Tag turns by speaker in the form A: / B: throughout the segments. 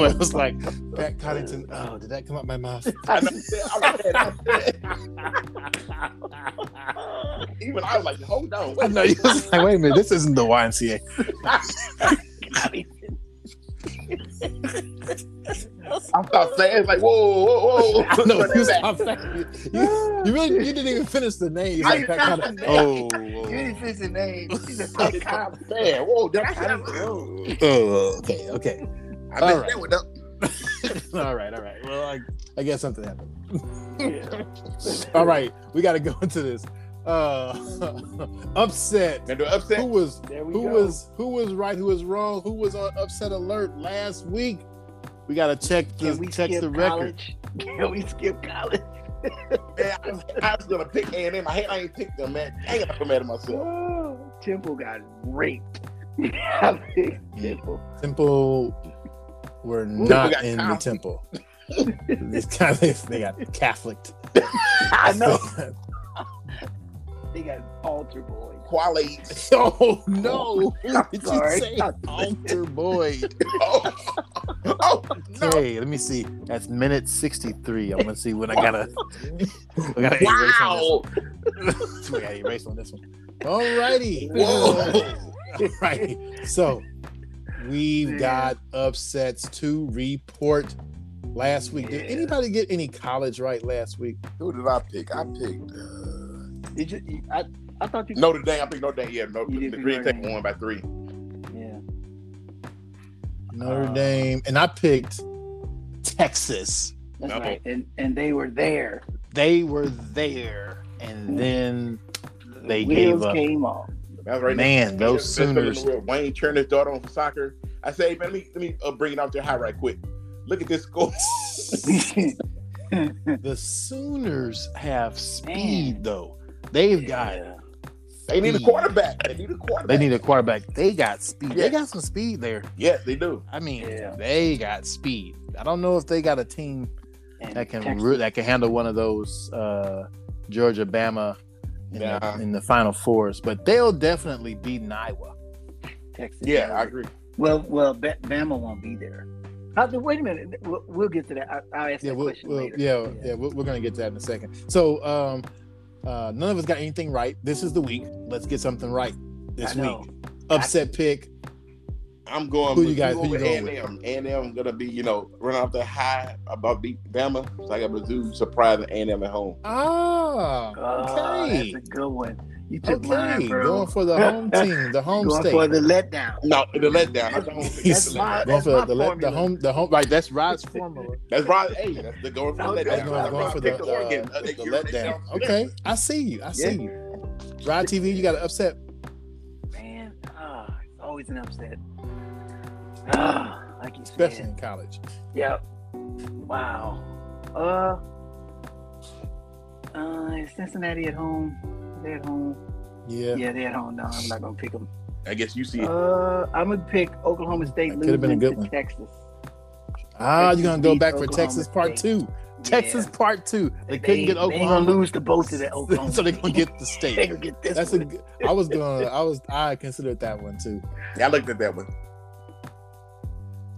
A: I was like, Pat Connington. Oh, did that come out my mouth?
B: I know. I read, I read. Even I was like, hold on.
A: I
B: Wait,
A: know you was like, wait a minute, this isn't the YMCA.
B: I stopped saying, it's like, whoa, whoa, whoa.
A: I know
B: Run
A: you,
B: it back.
A: stopped saying- you, you really you didn't even finish the name. It's like, Pat
B: I did not
A: Conning-
B: finish.
A: oh,
B: You
A: oh,
B: didn't finish his name. He said, Pat Connington. Man, Whoa, that's kind
A: oh, oh, okay, okay.
B: I
A: All
B: missed
A: right.
B: that one up.
A: All right, all right. Well, I, I guess something happened. All right, we got to go into this. Uh, upset.
B: And the upset.
A: Who was
B: There we
A: who
B: go.
A: was who was right? Who was wrong? Who was on upset alert last week? We got to check
C: Can
A: the
C: we
A: check
C: skip
A: the record.
C: college? Can we skip college?
B: Man, I was, I was gonna pick A and M. I hate I ain't picked them, man. Dang, I'm so mad at myself.
C: Oh, Temple got raped. I mean, Temple.
A: Temple were
B: Ooh, we
A: not
B: got
A: in the
B: Catholic.
A: temple. This kind of- they got Catholic.
C: I know they got altar boy.
B: Quality.
A: oh no! What did you
C: sorry.
A: say? Altar boy.
B: Oh, oh no.
A: Okay, let me see. That's minute sixty-three. I'm gonna see when I gotta. I gotta erase on this
B: Wow.
A: one. We gotta erase on this one. Alrighty.
B: Whoa.
A: Alrighty. So we've got upsets to report. Last week, did
C: Yeah.
A: anybody get any college right last week?
B: Who did I pick? I picked uh,
C: Did you? you- I I thought you.
B: Notre Dame. I picked Notre Dame. Yeah, Notre,
C: You
B: the
C: did pick
B: Green
C: Notre
B: Tech
C: Dame.
B: won by three.
C: Yeah.
A: Notre
C: Uh,
A: Dame, and I picked Texas.
C: That's
B: Double.
C: right. And and they were there.
A: They were there, and then
C: The
A: They
C: wheels
A: gave up.
C: came off.
B: That was right.
A: man,
B: there.
A: those
B: Best player in the
A: Sooners.
B: world. Wayne turned his daughter on for soccer. I said, hey, man, let me let me uh, bring it out there high right quick. Look at this score.
A: The Sooners have speed though. They've got
C: Yeah.
B: They need a
A: speed.
B: quarterback. They need a quarterback.
A: They need a quarterback. They got speed. They
B: Yeah.
A: got some speed there.
B: Yes, they do.
A: I mean,
C: Yeah.
A: they got speed. I don't know if they got a team
C: And
A: that can
C: Texas-
A: re- that can handle one of those uh, Georgia Bama in,
B: Nah.
A: the, in the Final Fours, but they'll definitely beat Iowa.
C: Texas.
B: Yeah, I agree.
C: Well, well, Ba- Bama won't be there. How, wait a minute. We'll, we'll get to that. I, I'll ask
A: Yeah,
C: that
A: we'll,
C: question
A: we'll,
C: later.
A: yeah, yeah, we're, we're gonna get to that in a second. So, um, uh, none of us got anything right. This is the week. Let's get something right this
C: I know.
A: week. Upset pick.
B: I'm going.
A: Who you
B: with-
A: guys-
B: go
A: who you
B: with
A: going
B: A&M.
A: with?
B: A&M gonna be, you know, running off the high about beat Bama. So I got Mizzou surprising A&M at home.
A: Ah,
C: Oh,
A: okay,
C: That's a good one. You took
A: okay.
C: mine, bro.
A: Going for the home team, the home
C: Going
A: state.
C: for the letdown.
B: No, the letdown. That's the home. That's,
A: He's
B: the letdown.
C: my-
A: going
C: that's
A: for
C: my
A: the, le- the
C: formula.
A: home, the home, right? That's Rod's formula.
B: that's Rod. Hey, that's the going for the
C: Okay.
A: That's
B: letdown.
A: going,
B: That's
A: going
B: Rod
A: for the,
B: picked
A: uh,
B: Oregon. Uh,
A: the
B: they- you know, they
A: letdown.
B: don't-
A: Okay, I see you. I see
C: Yeah.
A: you. Rod TV, you got to upset.
C: Man, ah, it's always an upset. Ah, like you
A: especially
C: said.
A: in college.
C: Yep. Wow. Uh, uh, is Cincinnati at home? They at home?
A: Yeah,
C: Yeah, they at home. No, I'm not gonna pick them.
B: I guess you see.
C: Uh, I'm gonna pick Oklahoma State
A: That could've
C: losing
A: been a good
C: to
A: one.
C: Texas.
A: ah, you're gonna go
C: Texas
A: back for
C: beat
A: Texas
C: Oklahoma
A: part
C: State.
A: two. Texas
C: Yeah.
A: part two. They couldn't get
C: they ain't
A: Oklahoma,
C: gonna lose to both of the Oklahoma.
A: so they're
C: team.
A: gonna get the
C: they
A: state.
C: gonna get this.
A: That's a.
C: one.
A: g- I was gonna. I was. I considered that one too.
B: I looked at that one.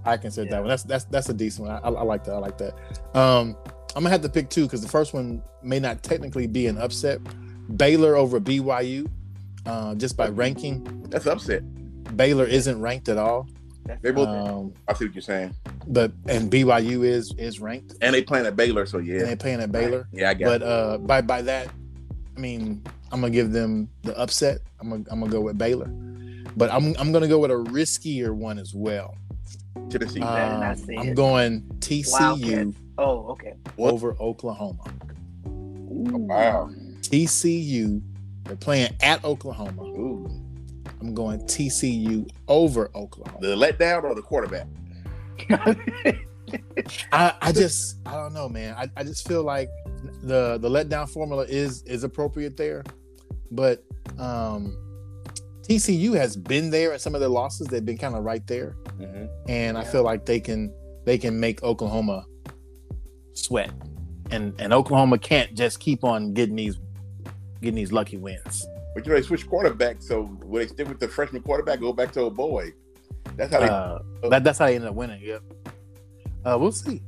A: I considered
C: Yeah.
A: that one. That's that's that's a decent one. I, I, I like that. I like that. Um, I'm gonna have to pick two because the first one may not technically be an upset. Baylor over BYU, uh, just by ranking.
B: That's upset.
A: Baylor isn't ranked at all,
C: That's
B: They both-
A: um,
B: I see what you're saying.
A: but and BYU is is ranked
B: And they playing at Baylor, so
A: and
B: yeah.
A: they're playing at Baylor.
B: Yeah, I got
A: But uh, by by that, I mean I'm gonna give them the upset. I'm gonna, I'm gonna go with Baylor, but I'm I'm gonna go with a riskier one as well.
B: Tennessee.
A: Um,
C: better not say
A: I'm
C: it.
A: going TCU
C: Wildcats. Oh, okay.
B: What?
A: over Oklahoma.
B: wow.
A: TCU, they're playing at Oklahoma.
B: Ooh.
A: I'm going TCU over Oklahoma.
B: The letdown or the quarterback?
A: I, I just I don't know, man. I, I just feel like the the letdown formula is is appropriate there, but um, TCU has been there at some of their losses. They've been kind of right there,
B: Mm-hmm.
A: and I
C: Yeah.
A: feel like they can they can make Oklahoma sweat, and and Oklahoma can't just keep on getting these getting these lucky wins.
B: But you know, they switched quarterback, so will they stick with the freshman quarterback, go back to a boy? That's how they
A: Uh, that, that's how they ended up winning. Yep. Uh, we'll see.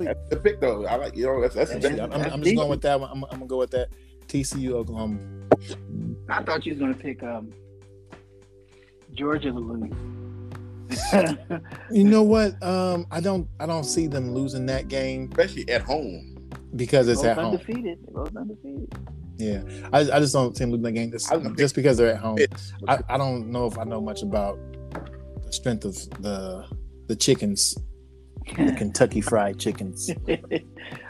B: That's the pick though. I like you know that's that's,
A: I'm,
B: the
A: I'm- I'm just going with that one. I'm, I'm gonna go with that. TCU Oklahoma.
C: I thought you was gonna pick um Georgia to lose.
A: You know what? Um, I don't I don't see them losing that game
B: especially at home.
A: because it's
C: Both
A: at home.
C: undefeated. They're both undefeted.
A: Yeah, I, I just don't see them losing that game just,
B: I was gonna
A: just because they're at home.
B: It's-
A: I, I don't know if I know much about the strength of the the chickens, the Kentucky Fried Chickens.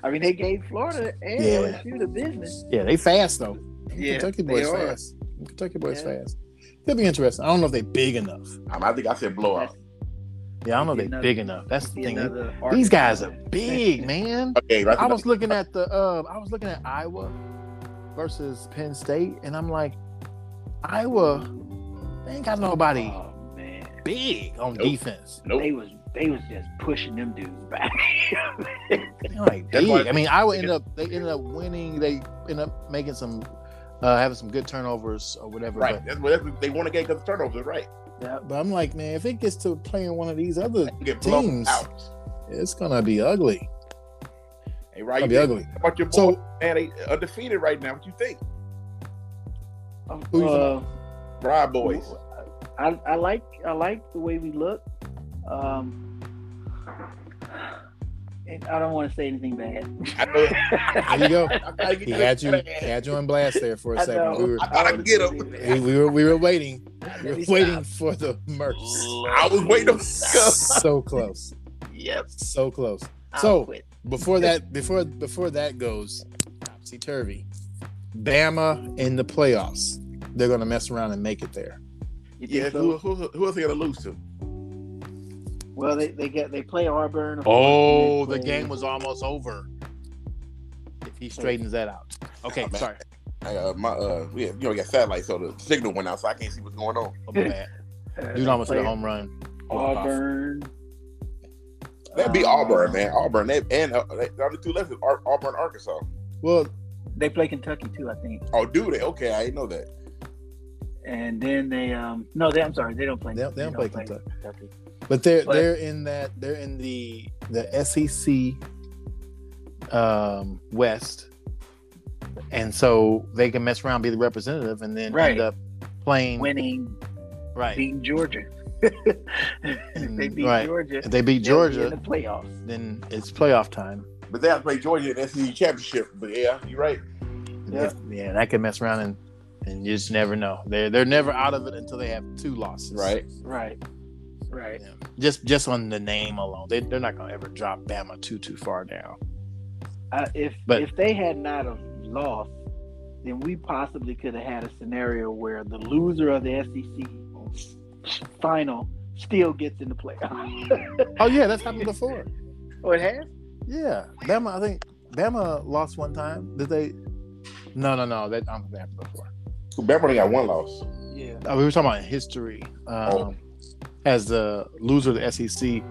C: I mean, they gave Florida and
A: Yeah.
C: LSU the business.
A: Yeah, they fast though.
C: Yeah,
A: Kentucky
C: they
A: boys
C: are.
A: fast. Kentucky boys
C: Yeah.
A: fast. They'll be interesting. I don't know if they're big enough.
B: Um, I, mean, I think I said blowout.
A: Yeah, I don't know if they're
C: Another-
A: big enough. That's the
C: Be
A: thing.
C: another
A: These
C: Arkansas.
A: guys are big, man.
B: Okay, right.
A: I was looking at the uh, I was looking at Iowa versus Penn State, and I'm like, Iowa, they ain't got nobody
C: Oh man,
A: big on
B: Nope.
A: defense.
B: nope.
C: they was they was just pushing them dudes back.
A: They're like
B: That's
A: big.
B: why-
A: I mean, Iowa ended up they ended up winning. They ended up making some, uh, having some good turnovers or whatever.
B: Right. That's, what- that's, they want to get because turnovers. Right.
C: Yep.
A: But, but I'm like, man, if it gets to playing one of these other,
B: Get blown
A: Teams.
B: out.
A: it's gonna be ugly.
B: Hey,
A: It's
B: right.
A: gonna be
B: there.
A: ugly.
B: How about your boy?
A: So
B: man, they undefeated right now. What you think,
C: Um,
A: Who you-
C: uh,
B: Bride boys?
C: I, I like I like the way we look. Um, and I don't want to say anything bad.
B: I know.
A: there you go.
B: I gotta get
A: He
B: that-
A: had you he had you on blast there for a
C: I
A: second.
C: know.
A: We were,
B: I gotta get him.
A: we, we were we were waiting. We
C: Let
A: were
C: me
A: waiting for the mercs.
B: I was waiting. on-
A: so close.
C: Yep.
A: So close.
C: I'll
A: So-
C: quit.
A: Before that, before before that goes, topsy turvy. Bama in the playoffs. They're gonna mess around and make it there.
C: You think
B: Yeah.
C: so?
B: Who, who, who else they gonna lose to?
C: Well, they they get they play Auburn.
A: Oh,
C: They
A: the
C: play-
A: game was almost over. If he straightens that out. Okay,
B: Oh, man.
A: sorry.
B: I, uh, my uh, we have, you know, we got satellite, so the signal went out, so I can't see what's going on.
A: Oh, my bad.
C: uh,
A: Dude almost hit
C: play
A: a home run.
C: Auburn.
B: That'd be
A: Oh.
C: Um,
B: Auburn, man. Auburn, they, and uh, they, the only two left is Ar- Auburn, Arkansas.
A: Well,
C: They play Kentucky too, I think.
B: Oh, do they? Okay, I didn't know that.
C: And then they um no, they I'm sorry, they don't play.
A: They don't- they don't play
C: Kentucky.
A: but they're
C: But-
A: they're in that they're in the the SEC um, West, and so they can mess around, be the representative, and then
C: Right.
A: end up playing
C: Winning,
A: right. Mm,
C: beating Georgia. they beat
A: Right.
C: Georgia.
A: If they beat
C: they'll be in
A: Georgia,
C: the playoffs.
A: then it's playoff time.
B: But they have to play Georgia in the SEC championship. But yeah, you're right.
C: Yeah.
A: If- yeah, that could mess around and and you just never know. They're they're never out of it until they have two losses.
C: Right. Right.
A: Yeah. Just just on the name alone, they they're not gonna ever drop Bama too too far down.
C: Uh, if
A: But-
C: if they had not have lost, then we possibly could have had a scenario where the loser of the SEC final still gets in the playoffs.
A: Oh yeah, that's happened before.
C: oh, it has.
A: Yeah, Bama. I think Bama lost one time. Did they? No, no, no. That I don't think that happened before.
B: Bama only got one loss.
C: Yeah.
A: Uh, we were talking about history. Um,
B: Oh.
A: As the loser of the SEC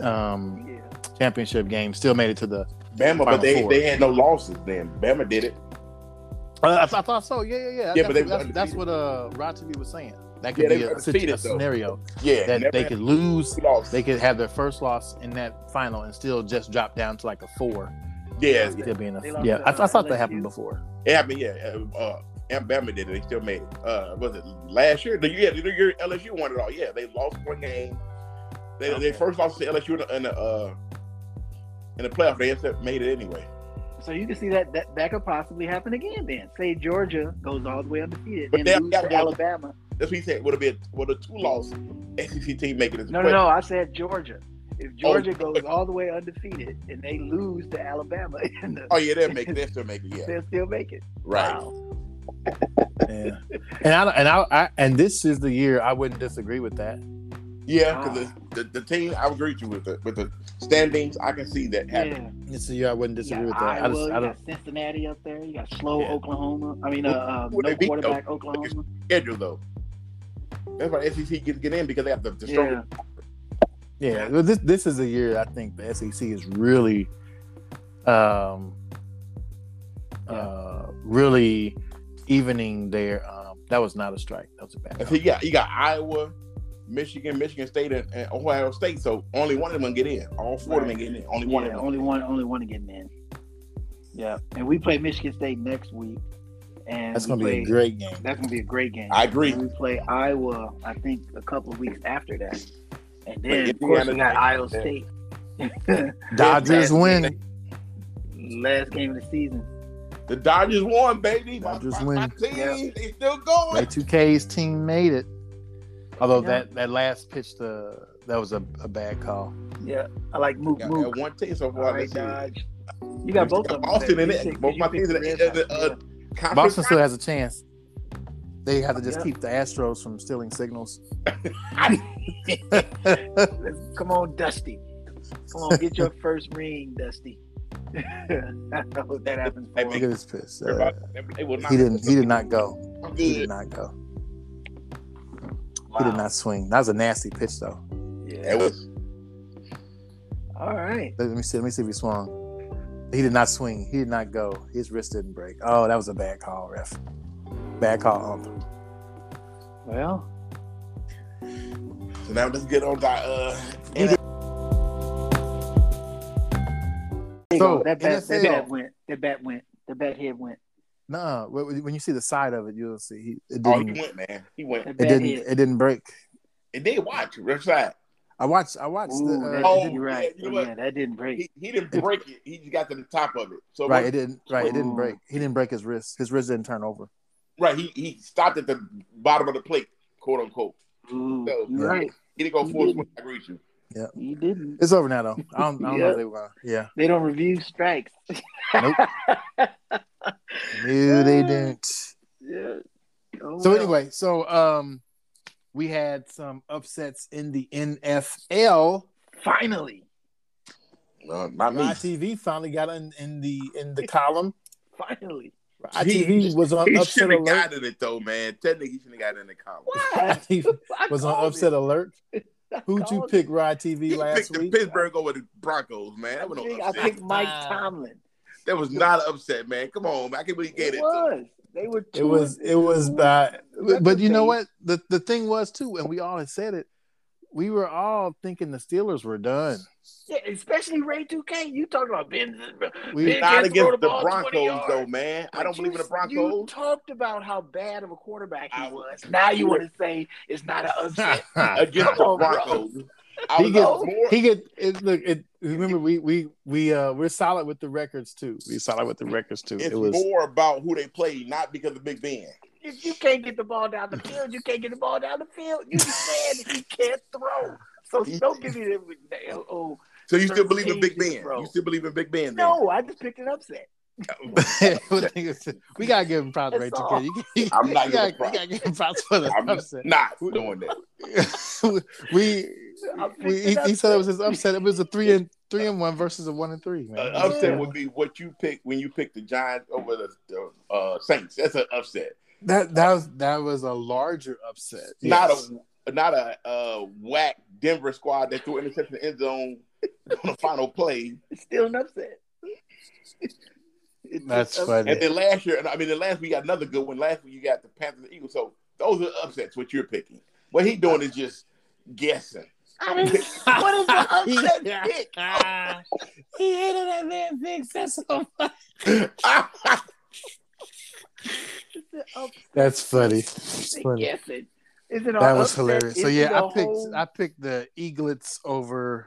A: um,
C: Yeah.
A: championship game, still made it to the.
B: Bama,
A: Final
B: but they,
A: four.
B: they had no losses then. Bama did it.
A: Uh, I, I thought so. Yeah, yeah, yeah.
B: Yeah,
A: that's,
B: but they were
A: that's, that's
B: undefeated.
A: what uh, Rotary was saying. That
B: Yeah,
A: could
B: they
A: be
B: were
A: a, a
B: undefeated, though.
A: scenario
B: Yeah,
A: that they could lose.
B: lost.
A: They could have their first loss in that final and still just drop down to like a four.
B: yeah,
A: Still being a
C: They lost
A: yeah.
C: to,
A: I, I
C: uh,
A: thought that
C: LSU.
A: happened before.
B: it happened. Yeah, uh, uh, Bama did it. They still made it. Uh, was it last year? The year, the year LSU won it all. Yeah, they lost one game. They,
A: Okay.
B: they first lost to LSU in the, in the uh in the playoff. They still made it anyway.
C: So you can see that, that that could possibly happen again. Then say Georgia goes all the way undefeated
B: But
C: and
B: they-
C: lose
B: yeah,
C: to
B: well-
C: Alabama.
B: That's what he said. Would have been would a two loss SEC team making it.
C: No, no, no. I said Georgia.
B: Oh,
C: If Georgia goes all the way undefeated and they lose to Alabama, in the,
B: Oh yeah, they'll make. They still make it. Yeah,
C: they'll still make it.
B: right.
A: Yeah. and I and I, I and this is the year I wouldn't disagree with that.
B: Yeah, because the, the, the team I agree with you with the with the standings. I can see that happening.
C: Yeah.
A: This is the year I wouldn't disagree
C: you
A: with
C: got
A: that.
C: Iowa,
A: I just I
C: you
A: don't.
C: got Cincinnati up there. You got slow
A: Yeah.
C: Oklahoma. I mean, uh, uh,
B: Who they
C: no
B: beat, though?
C: quarterback Oklahoma.
B: Schedule though. That's why SEC gets get in because they have the, the
C: Yeah,
B: strongest.
A: Yeah, well, this this is the year I think the SEC is really, um, uh, really evening their. Um, that was not a strike. That was a bad.
B: I see, yeah, you got Iowa, Michigan, Michigan State, and, and Ohio State. So only one of them gonna get in. All four of them
C: Right.
B: ain't getting in. Only one of
C: Yeah,
B: them.
C: only one, only one to get in. Yeah, and we play Michigan State next week, and
A: That's
C: we
A: gonna be
C: play-
A: a great game.
C: That's gonna be a great game.
B: I agree.
C: And we play Iowa, I think, a couple of weeks after that, and then
B: But
C: of course
B: Indiana-
C: we got Iowa State.
A: Dodgers win.
C: Last game of the season.
B: The Dodgers won, baby. My-
A: Dodgers
B: my,
A: win.
B: my team,
C: Yeah.
B: they still going.
A: Ray 2K's team made it. Although
C: Yeah.
A: that, that last pitch, the that was a, a bad call.
C: Yeah, I like Mook
B: Got
C: Mook.
B: that one team so
C: All
B: far
C: right,
B: this year.
C: Dodge. You got both of them.
B: Boston in
C: You
B: it.
C: said-
B: Both
C: you
B: my
C: picked
B: teams in
C: the
B: it.
C: Red Sox.
B: Uh, uh, Conference
A: Boston still has a chance. They have to just
C: Yeah.
A: keep the Astros from stealing signals.
C: Yeah. Let's- Come on, Dusty. Come on, get your first ring, Dusty. I hope that happens.
B: Hey,
C: for
A: Look
B: man,
C: him.
A: at his piss. Uh,
B: Everybody- they- they will not-
A: he didn't. He did not go.
B: I'm
A: He
B: good.
A: did not go. He
C: Wow.
A: did not swing. That was a nasty pitch, though.
C: Yeah.
B: That was-
C: All right.
A: Let me see. Let me see if he swung. He did not swing. He did not go. His wrist didn't break. Oh, that was a bad call, ref. Bad call. ump.
C: Well,
B: So now let's get on that. Uh,
A: We
B: and-
C: there
A: So,
C: you go. that bat, that
A: NFL.
C: bat went. That bat went. The bat head went.
A: Nah, when when you see the side of it, you'll see he, it
B: oh,
A: didn't.
B: he went, man. He went.
C: That
A: it
C: bat
A: didn't.
C: head.
A: It didn't break.
B: And then watch, right side.
A: I watched. I watched
C: Ooh,
A: the.
C: that,
A: Uh,
B: Oh,
A: it
C: you're
A: didn't,
C: right.
B: yeah, you know what?
C: Yeah, that didn't break.
B: He, he didn't break it. He just got to the top of it. So
A: right. It
B: right,
A: didn't. Right. It didn't
C: Ooh.
A: break. He didn't break his wrist. His wrist didn't turn over.
B: right. He he stopped at the bottom of the plate, quote unquote.
C: Ooh,
B: So-
C: you're right.
B: He didn't go
C: He
B: full
C: didn't.
B: swing. I agree with you.
C: He didn't.
A: It's over now, though. I don't, I don't know
C: Yeah.
A: if they were. Yeah.
C: They don't review strikes.
A: Nope. No, they didn't.
C: Yeah. Oh,
A: So
C: well.
A: anyway, so um, we had some upsets in the NFL.
C: finally,
B: No, not me.
A: ITV finally got in, in the in the column.
C: finally.
A: ITV was on
B: He
A: upset
B: should have
A: alert.
B: gotten it though, man. Technically, he should have gotten in the column.
C: What?
A: ITV
C: I
A: was on
C: called
A: upset
C: it.
A: alert.
C: I
A: Who'd you
C: called
A: pick,
C: it.
A: Rod TV,
B: He
A: last
B: picked the
A: week?
B: Pittsburgh over the Broncos, man. That was, no
C: I
B: upset.
C: picked Mike
A: Ah.
C: Tomlin.
B: that was not an upset, man. Come on, man. I can't believe he gave
C: It
B: it. to him.
C: was. They were.
A: It
C: two
A: was
C: and
A: it was
C: two.
A: bad.
C: That's
A: But
C: the
A: you know
C: thing.
A: what? The the thing was too, and we all had said it. We were all thinking the Steelers were done.
C: Yeah, especially Ray 2K. You talking about Ben?
A: We
C: Big
B: Not
C: ass
B: against
C: throw
B: the,
C: the ball 20
B: Broncos,
C: yards.
B: though, man. I don't
C: But
B: believe in
C: you-
B: the Broncos.
C: You talked about how bad of a quarterback he
B: I-
C: was. Now you want to say it's not an upset.
B: against the
C: Come on, bro.
B: Broncos. I
A: He
B: was
A: gets-
B: more.
A: he get it, look. It, remember, we we we uh we're solid with the records too. We solid with the records too.
B: it's
A: it was
B: more about who they play, not because of Big Ben.
C: if you can't get the ball down the field, you can't get the ball down the field. You just said he can't throw. So don't give me the, the oh
B: So you still believe in Big
C: Jesus,
B: Ben?
C: bro.
B: You still believe in Big Ben? Then?
C: no. I just picked an upset.
A: we gotta give him props, right?
C: That's all.
A: You, you,
B: I'm not
A: you
B: giving
A: gotta,
B: props.
A: You gotta give him props for the
B: I'm
A: upset.
B: not doing that.
A: we,
C: I picked
A: we he,
C: an
A: he said it was
C: upset.
A: his upset. It was a three and three and one versus a one and three. Man.
B: An Uh, upset
C: Yeah.
B: would be what you pick when you pick the Giants over the, the uh, Saints. That's an upset.
A: that that was that was a larger upset. Yes.
B: Not a not a uh, whack Denver squad that threw interception in the end zone on the final play.
C: It's still an upset. It's
A: That's
C: an
A: funny.
B: And then last year, and I mean, then last week you got another good one. Last week you got the Panthers and Eagles. So those are upsets. What you're picking? What he doing is just guessing.
C: I didn't. What is the upset pick?
A: he hated that man fix. That's so funny.
C: It's an upset
A: That's funny. That's funny.
C: guessing. Is it
A: That
C: an
A: was
C: upset?
A: hilarious. So
C: Is it
A: yeah,
C: a
A: I picked
C: whole-
A: I picked the Eaglets over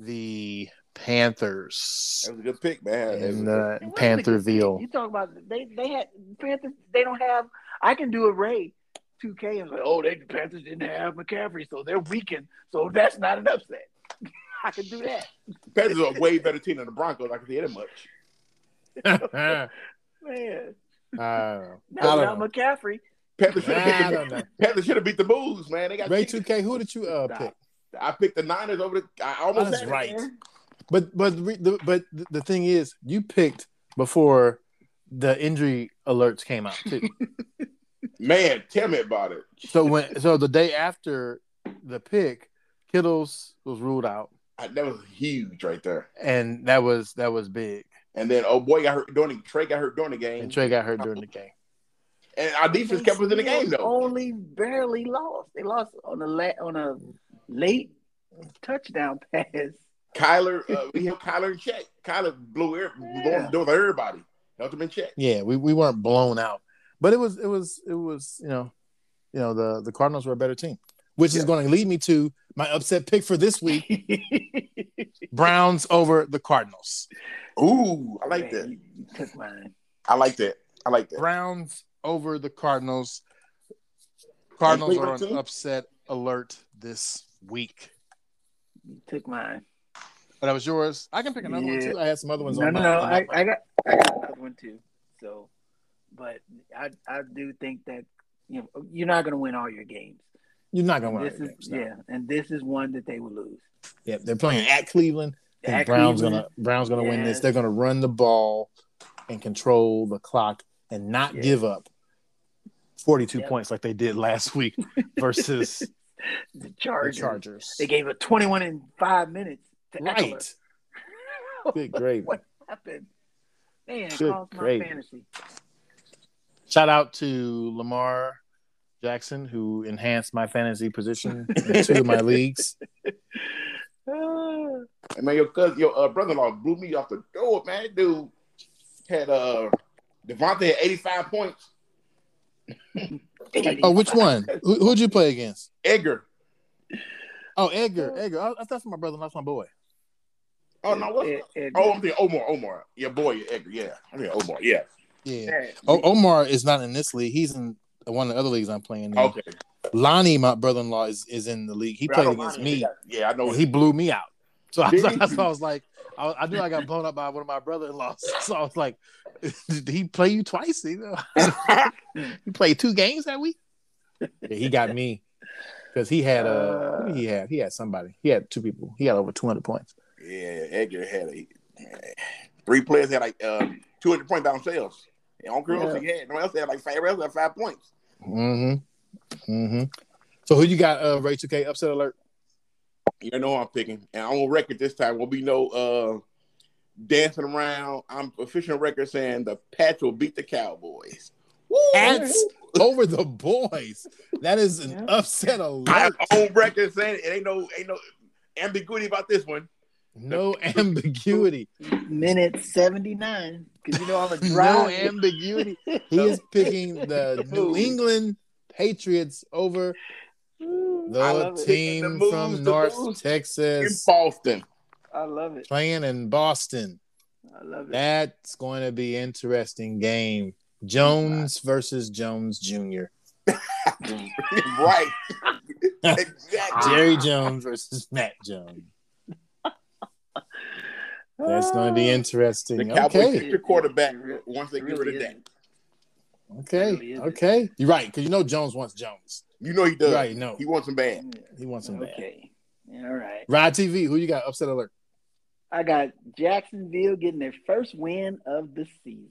A: the Panthers.
B: That was a good pick, man. That was-
A: And uh,
C: It wasn't a good pick.
A: Pantherville.
C: You talk about they they had Panthers. They don't have. I can do a Ray, two K and like, oh, they the Panthers didn't have McCaffrey, so they're weakened. So that's not an upset. I can do that.
B: Panthers are a way better team than the Broncos. I can say that much.
A: I
C: Man,
A: don't know.
C: now
A: I don't
C: without
A: know.
C: McCaffrey,
B: Panthers should
A: I
B: have beat,
A: don't know.
B: the- Panthers should have beat the Bulls, man. They got
A: Ray
B: cheated.
A: 2K, who did you uh, pick?
B: I picked the Niners over the. I almost
A: That's
B: had it,
A: right.
B: man.
A: But but re- the, but th- the thing is, you picked before the injury alerts came out too.
B: Man, tell me about it.
A: so when so the day after the pick, Kittle's was ruled out,
B: I, that was huge right there.
A: and that was that was big.
B: And then oh boy got hurt during the, Trey got hurt during the game.
A: And Trey got hurt during the game.
B: and our defense
C: They
B: kept us in the
C: still
B: game though.
C: Only barely lost. They lost on a la- on a late touchdown pass.
B: Kyler, uh, we held Kyler in check. Kyler blew air,
C: Yeah.
B: blew blew everybody. Held him in check.
A: Yeah, we, we weren't blown out, but it was it was it was you know, you know the the Cardinals were a better team, which is
B: Yeah.
A: going to lead me to my upset pick for this week: Browns over the Cardinals.
B: Ooh, I like
C: Man,
B: that.
C: You, you took mine.
B: I like that. I like that.
A: Browns over the Cardinals. Cardinals are
B: Cleveland
A: on
B: too?
A: upset alert this week.
C: You took mine.
A: But that was yours. I can pick another one
C: Yeah.
A: too. I had some other ones
C: No,
A: on.
C: no,
A: my-
C: no.
A: on my-
C: I, I got I got another one too. So, but I I do think that you know you're not going to win all your games.
A: you're not gonna win.
C: this
A: This
C: is yeah, and this is one that they would lose.
A: yeah, they're playing at Cleveland. I think
C: At
A: Brown's
C: Cleveland,
A: gonna Brown's gonna win this.
C: Yes.
A: They're gonna run the ball and control the clock and not
C: Yeah.
A: give up 42
C: Yep.
A: points like they did last week versus
C: the
A: the
C: Chargers.
A: Chargers.
C: They gave it 21 in five minutes. To Eckler.
A: Right. Good gravy.
C: what happened? Man, it
A: Good
C: cost my
A: gravy.
C: fantasy.
A: Shout out to Lamar Jackson who enhanced my fantasy position in two of my leagues.
C: Ah,
B: And man, your cousin, your uh, brother-in-law blew me off the door, man. That Dude had uh Devontae had 85 points.
A: Oh, which one? Who, who'd you play against?
B: Edgar.
A: Oh, Edgar. Edgar. I, I- that's my brother. That's my boy.
B: Oh no, what?
C: Ed- Ed-
B: Oh, I'm thinking Omar, Omar. Yeah, boy, Edgar, yeah. I mean Omar, yeah.
A: Yeah.
C: Ed-
A: O- Omar is not in this league. He's in one of the other leagues I'm playing. in.
B: Okay.
A: Lonnie, my brother-in-law, is, is in the league. He
B: Bro, I
A: played
B: don't
A: against
B: mind
A: me.
B: it. Yeah, I know.
A: and he blew me out. So I,
B: Did he?
A: that's why I was like, I, I knew I got blown up by one of my brother-in-laws. So I was like, did he play you twice? You know, you played two games that week. Yeah, he got me because he had uh, who did he had he had somebody. He had two people. He had over two hundred points.
B: Yeah, Edgar had a three players had like uh, 200 points by themselves. And on girls, yeah. No one else had like five. Everyone else had five points.
A: Mm-hmm. Mm-hmm. So who you got? Uh, Ray Two K upset alert.
B: You know who I'm picking, and I'm on record this time. Will be no uh, dancing around. I'm official record saying the Pats will beat the Cowboys. Woo!
A: Pats? Over the boys. That is an
C: Yeah.
A: upset alert.
B: I'm on record saying it ain't no ain't no ambiguity about this one.
A: No ambiguity.
C: Minute 79. Because you know all the
A: No
C: drive.
A: ambiguity. He is picking the New England Patriots over
B: I
A: the
B: love it. The
A: team
B: moves, the
A: from North
B: moves. In
A: Texas
B: Boston,
C: I love it.
A: playing in Boston.
C: I love it.
A: That's going to be interesting game. Jones versus Jones Jr.
B: right? exactly.
A: Jerry Jones versus Matt Jones. That's going to be
C: Ah,
B: Ah. The
A: interesting.
B: Cowboys
A: Okay.
B: picked your quarterback once they get rid of that.
A: Okay. Okay. You're right. Because you know Jones wants Jones.
B: You know he does.
A: You're right. You know.
B: He wants him bad.
A: He wants him back.
C: Okay. All right.
A: Rod TV, who you got? Upset alert.
C: I got Jacksonville getting their first win of the season.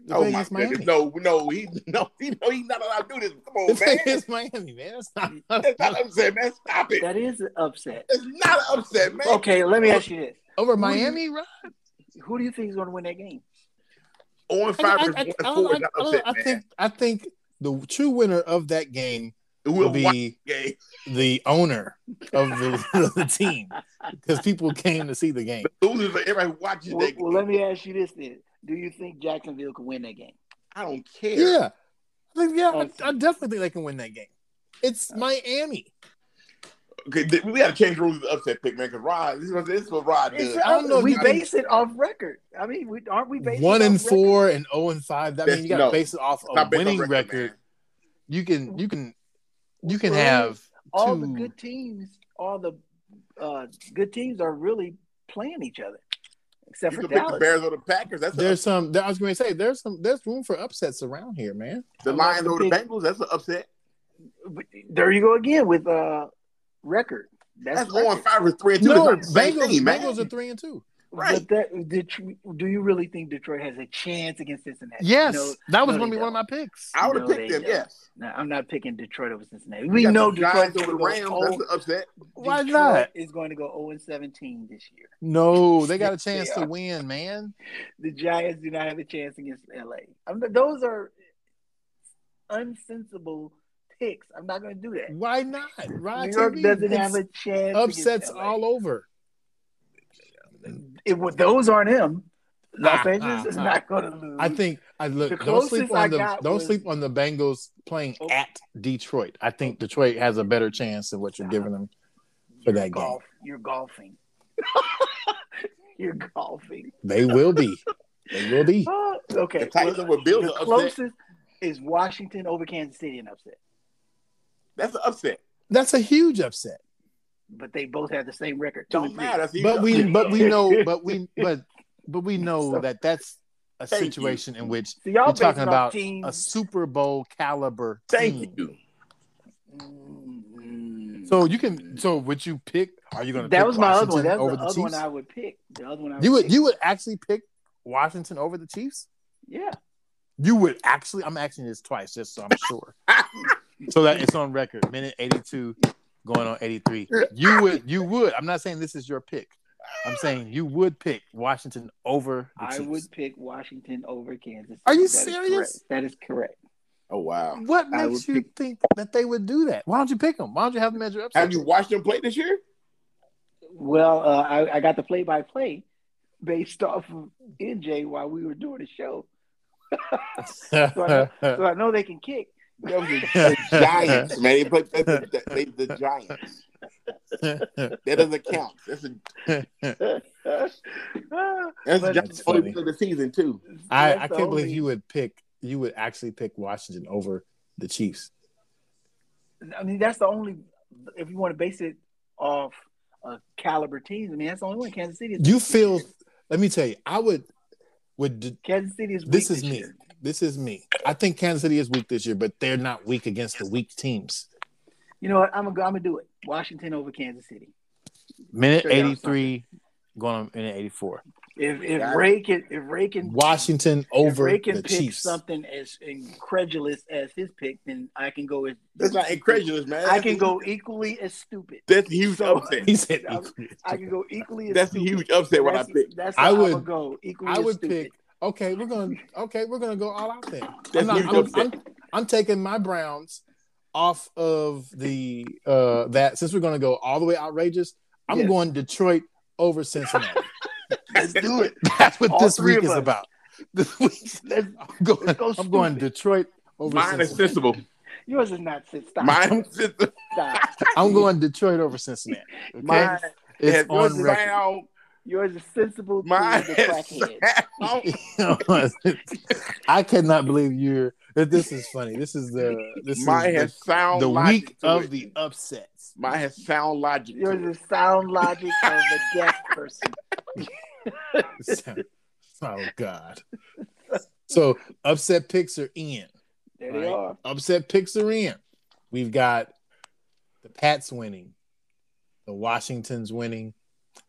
A: They're
B: Oh
A: playing
B: my
A: against Miami.
B: goodness! No, no, he no, he no, he's not allowed to do this. Come
A: The
B: on,
A: thing
B: man.
A: is Miami, man. That's not.
B: That's not upset, man. Stop it.
C: That is an upset.
B: It's not an upset, man.
C: Okay, let me ask you this.
A: Over
C: Who
A: Miami, right?
C: Who do you think is going to win that game?
B: On
A: I, I,
B: five
A: I,
B: is
A: I,
B: one
A: don't-
B: four
A: I,
B: is not
A: I don't-
B: upset,
A: I
B: man.
A: think I think the true winner of that game
B: It
A: will
B: will be
A: be
B: game.
A: the owner of the, of the team because people came to see the game.
B: Losers, are- everybody watches
C: Well,
B: that.
C: well, let me ask you this then. Do you think Jacksonville can win that game?
B: I don't care.
A: Yeah, I think, yeah, I, I definitely think they can win that game. It's Miami.
B: Okay, th- we got to change the rules of the upset pick, man. Because Rod, this is, what- this is what Rod does.
C: It's-
A: I don't know if
C: We
A: you can-
C: base it off record. I mean, we, aren't we basing
A: One
C: it
A: and
C: off
A: four and zero and five. That means you got to
B: No.
A: base it off
B: It's
A: a
B: not based on
A: winning record.
B: man.
A: You can you can you can
C: Well,
A: have
C: All
A: two.
C: the good teams, all the uh, good teams are really playing each other, except
B: You
C: for
B: can pick the
C: Dallas.
B: Bears or the Packers. That's
A: There's
B: there's
A: some. I was going to say there's some. There's room for upsets around here, man.
B: the Lions or the Bengals. That's an upset.
C: But there you go again with uh, record. That's,
B: That's
C: record.
B: on five or three and two.
A: No,
B: It's not the same
A: Bengals.
B: thing, man.
A: Bengals are three and two.
B: right.
C: But that, Detroit, do you really think Detroit has a chance against Cincinnati?
A: Yes,
C: No,
A: that was
C: no,
A: going
C: they
A: to be one of my picks.
B: I would have
C: No,
B: picked
C: they
B: them.
C: don't.
B: Yes.
C: no, I'm not picking Detroit over Cincinnati. We
B: got
C: know
B: the Giants
C: Detroit's
B: over the
C: going to
B: Rams.
C: go. oh,
B: That's
C: 0
B: an upset.
A: Why
C: Detroit
A: not?
C: Is going to go 0 17 this year.
A: No, they got a chance
C: Yeah.
A: to win, man.
C: The Giants do not have a chance against LA. I mean, those are unsensible picks. I'm not going to do that.
A: Why not? Rod
C: New York
A: TV
C: doesn't
A: it's
C: have a chance.
A: upsets
C: against LA.
A: all over.
C: It, well, those aren't him. Los
A: Ah,
C: Angeles
A: ah,
C: is
A: ah.
C: not going to lose.
A: I think I look. Don't
C: Mm-hmm. closest
A: sleep
C: I
A: on the
C: got
A: don't
C: was-
A: sleep on the Bengals playing
C: Oh.
A: at Detroit. I think Detroit has a better chance than what you're
C: Stop.
A: giving them. for
C: you're
A: that game.
C: golf. You're golfing. you're golfing.
A: They will be. they will be.
C: Oh, okay.
B: The Titans
C: well,
B: were built
C: the
B: to upset.
C: closest is Washington over Kansas City an upset,
B: That's an upset.
A: That's a huge upset.
C: but they both have the same record. two and
B: Don't
C: three.
B: matter. That's a huge
A: But we
B: upset.
A: but we know but we but but we know that that's a
B: Thank you.
A: situation in which
C: So y'all
A: You're
C: basing
A: talking
C: off
A: about a
C: teams.
A: Super Bowl caliber team.
C: Hmm.
B: Thank you.
C: Mm.
A: So you can. So would you pick? Are you going to?
C: that was my other one.
A: Washington
C: That was
A: over
C: the, other
A: the
C: one
A: Chiefs.
C: I would pick. The other one I would
A: You would.
C: pick.
A: You would actually pick Washington over the Chiefs.
C: yeah.
A: You would actually. I'm asking this twice, just so I'm sure. so that it's on record. Minute 82, going on 83. You would. You would. I'm not saying this is your pick. I'm saying you would pick Washington over the
C: I
A: Chiefs.
C: would pick Washington over Kansas. City.
A: Are you
C: That is correct.
A: serious?
C: that is correct.
B: Oh wow.
A: What
C: I
A: makes
C: would
A: you
C: pick-
A: think that they would do that? Why don't you pick them? Why don't you have them as your upset?
B: Have you watched them play this year?
C: Well, uh, I, I got the play by play based off of NJ while we were doing the show, so I know they can kick.
B: That was the, the Giants, man. They played they played the, they, the Giants. That doesn't count. That's a that's,
C: But-
B: Giants
A: That's
B: funny. the season too.
A: I,
C: That's
A: I
C: the
A: can't believe
C: only-
A: you would pick you would actually pick Washington over the Chiefs.
C: I mean, that's the only. If you want to base it off uh, caliber teams, I mean, that's the only one. Kansas City. Is
A: You feel let me tell you, I would would d-
C: Kansas City is. Weak
A: this is
C: this
A: me.
C: year.
A: This is me. I think Kansas City is weak this year, but they're not weak against the weak teams.
C: You know what? I'm gonna I'm gonna do it. Washington over Kansas City.
A: Minute
C: Sure, yeah, I'm
A: 83 going on minute 84.
C: If if
B: Got it.
C: Ray can if Ray can
A: Washington
C: if
A: over
C: Ray can
A: the
C: pick
A: Chiefs.
C: something as incredulous as his pick, then I can go as
B: That's not incredulous, man.
C: I can go equally as stupid.
B: That's a huge
C: So-
B: upset.
A: He said
C: I- I can go equally as
B: That's a
C: stupid.
B: huge upset when I
C: That's,
B: pick.
C: that's
A: I
C: how
A: would-
C: I'ma go equally.
A: I
C: as
A: would
C: stupid.
A: pick okay, we're gonna okay, we're gonna go all out there. I'm,
B: That's
A: not,
B: huge
A: I'm,
B: upset.
A: I'm- I'm taking my Browns off of the uh that since we're gonna go all the way outrageous. I'm
C: Yes.
A: going Detroit over Cincinnati.
C: Let's do it.
A: That's what
C: All
A: this
C: three
A: week
C: of
A: is
C: us.
A: about. This week,
C: Let's,
A: I'm going.
C: go
A: I'm going
C: stupid.
A: Detroit over
B: Mine is
A: Cincinnati.
B: sensible.
C: yours is not sit. Stop.
B: Mine is sensible.
C: stop.
A: I'm going Detroit over Cincinnati. Okay?
C: Mine-
A: it's
B: If
A: on
B: yours
A: record.
B: sound-
C: Yours is sensible. to
B: Mine
C: the
B: is
C: crackhead.
B: sound-
A: I cannot believe you're. This is funny. This is the this
B: Mine
A: is
B: has sound
A: the, the
B: logic
A: week
B: to
A: of
B: it.
A: the upsets.
B: Mine has sound logic. to it.
C: Yours is sound logic of a deaf person.
A: oh God! So upset picks are in.
C: There
A: Right.
C: they are.
A: upset picks are in. We've got the Pats winning, the Washingtons winning,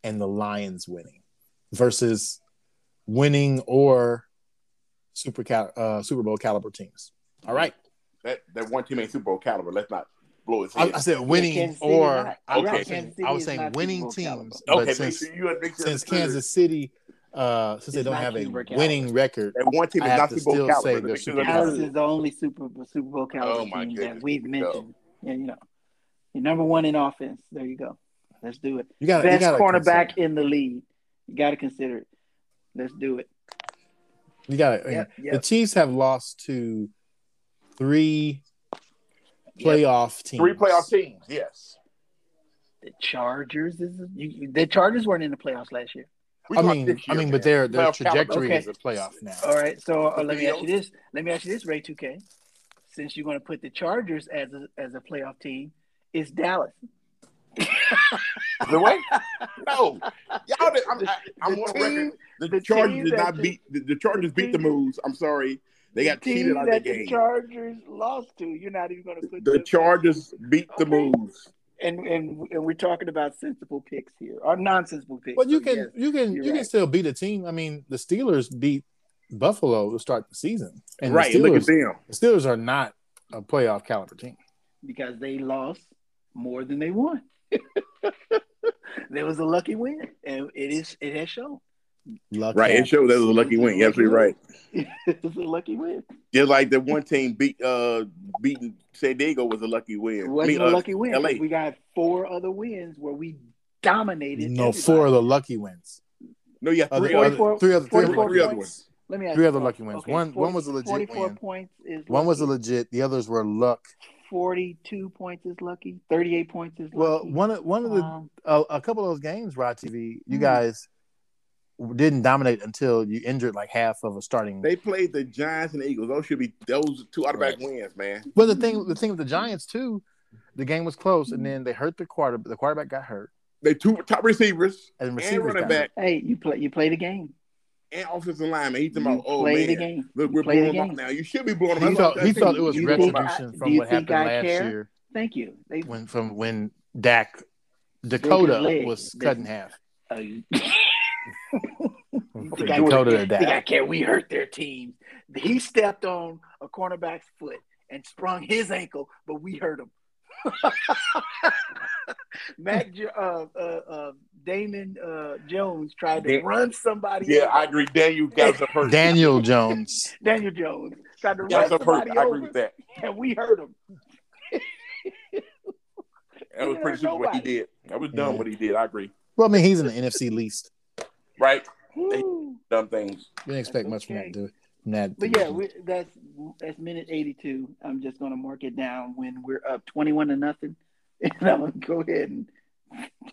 A: and the Lions winning versus winning or super cal- uh, Super Bowl caliber teams. All right,
B: That that one team ain't Super Bowl caliber. Let's not blow his
A: I,
B: head.
A: I said
C: Kansas
A: winning
C: City is
A: or
C: not-
A: I was
B: Okay.
A: saying,
C: Kansas City
A: I was
C: is
A: saying
C: not
A: winning
C: Super Bowl caliber.
A: teams.
B: okay,
A: but
B: make
A: since,
B: sure you make sure
A: since
B: that's clear.
A: Kansas City, uh, since they
C: It's
A: don't
C: not
A: have a
C: Super caliber.
A: winning record,
B: that one team
A: I
B: is
A: have
B: not
A: to
B: Super Bowl
A: still say they're
B: caliber. Let's make
A: Super
B: sure
A: Bowl.
B: that's
C: Dallas
B: clear.
C: is the only Super Super Bowl caliber
B: Oh, my
C: team that
B: goodness.
C: we've
B: Here we go.
C: mentioned. Yeah, you know, you're number one in offense. There you go. Let's do it.
A: you got
C: Best
A: you gotta
C: cornerback
A: Consider,
C: in the league. You got to consider it. Let's do it.
A: you got to
C: Yep,
A: The
C: yep,
A: Chiefs have lost to three playoff teams.
B: Three playoff teams. Yes.
C: The Chargers is you, you- the Chargers weren't in the playoffs last year.
B: We
A: I
B: lost
A: mean,
B: this
A: I
B: year,
A: mean,
B: man.
A: but their their
B: Playoff caliber.
A: trajectory
C: Okay.
A: is a playoff now.
C: All right, so uh, let
B: Something
C: me ask you
B: else?
C: this. Let me ask you this, Ray Two K. Since you're going to put the Chargers as a, as a playoff team, it's Dallas.
B: The way? No. Y'all did, I'm, I, I'm
C: The
B: on
C: team-
B: record. The,
C: the team
B: Chargers did
C: that
B: not
C: the-
B: beat the, the Chargers beat the
C: team-
B: moves. I'm sorry. They got
C: The
B: cheated
C: team
B: out of
C: that
B: the
C: The
B: game.
C: Chargers lost to. You're not even going to put
B: The
C: them-
B: Chargers beat the
C: Okay.
B: moves.
C: and and and we're talking about sensible picks here or nonsensible picks.
A: But you
C: so
A: can
C: yes.
A: you can
C: you're
A: you can
C: right.
A: still beat a team. I mean, the Steelers beat Buffalo to start the season, and
B: right.
A: the
B: Look at
A: Steelers,
B: them.
A: the Steelers are not a playoff caliber team.
C: because they lost more than they won. there was a lucky win, and it is it has shown
A: Luck
B: Right. It
A: happened.
B: showed that was a lucky win. You're absolutely right.
C: it's a lucky win.
B: Just like the one team beat uh beating San Diego was a lucky win.
C: It
B: I
C: wasn't
B: mean,
C: a
B: uh,
C: lucky win.
B: LA.
C: We got four other wins where we dominated.
A: No, four of
C: everybody.
A: the lucky wins.
B: No, yeah,
A: Uh,
B: three
A: the other-
B: other,
C: 44
A: three other, three other,
C: 44
A: lucky
B: three other
A: wins.
B: ones.
C: Let me ask
A: three
C: you
A: other
C: something.
A: lucky wins. One- one was a legit
C: 44
A: win.
C: points is
A: One was a
C: lucky.
A: legit. The others were luck.
C: 42 points is lucky. 38 points is
A: Well,
C: lucky.
A: one of one of the
C: Um,
A: a, a couple of those games, Rod TV, you
C: Mhm.
A: guys didn't dominate until you injured like half of a starting.
B: They played the Giants and the Eagles. Those should be those two automatic
A: Right.
B: wins, man.
A: well, the thing the thing with the Giants too, the game was close, and then they hurt the quarter. The quarterback got hurt,
B: They two top receivers
A: and the
B: and
A: receivers
B: running
A: got hurt.
B: back
C: hey, you play you play the game.
B: and offensive lineman. He's
C: You
B: talking about, oh
C: play
B: man,
C: the game.
B: look, we're
C: Play the
B: blowing them
C: game.
B: up now. You should be blowing them
A: He
B: up.
A: thought he
B: That's-
A: thought it was
C: You think I-
A: retribution
C: do
A: from
C: you
A: what
C: think
A: happened
C: I
A: last
C: care?
A: year
C: Thank you. They
A: when from when Dak Dakota
C: leg.
A: was
C: They-
A: cut in half.
C: uh, you
A: From
C: think I would-
A: Dakota to
C: think I
A: Dak.
C: care? We hurt their team. He stepped on a cornerback's foot and sprung his ankle, but we hurt him. Mac, Jo- uh, uh, uh, Damon uh, Jones tried to
B: Dan-
C: run somebody.
B: Yeah,
C: over.
B: I agree. Daniel got us up first.
A: Daniel Jones.
C: Daniel Jones tried to
B: got
C: run
B: us up first.
C: somebody
B: I agree
C: over,
B: with that.
C: and we hurt him.
B: That was pretty
C: He hurt
B: stupid what he
C: nobody.
B: did. That was dumb
A: Yeah.
B: what he did. I agree.
A: Well, I mean, he's in the NFC least.
B: Right?
C: Woo.
B: Dumb things.
A: We didn't expect
C: That's
A: much from
C: okay.
A: that dude. From that
C: But yeah,
A: division.
C: we, that's that's minute eighty-two. I'm just gonna mark it down when we're up twenty-one to nothing, and I'm gonna go ahead and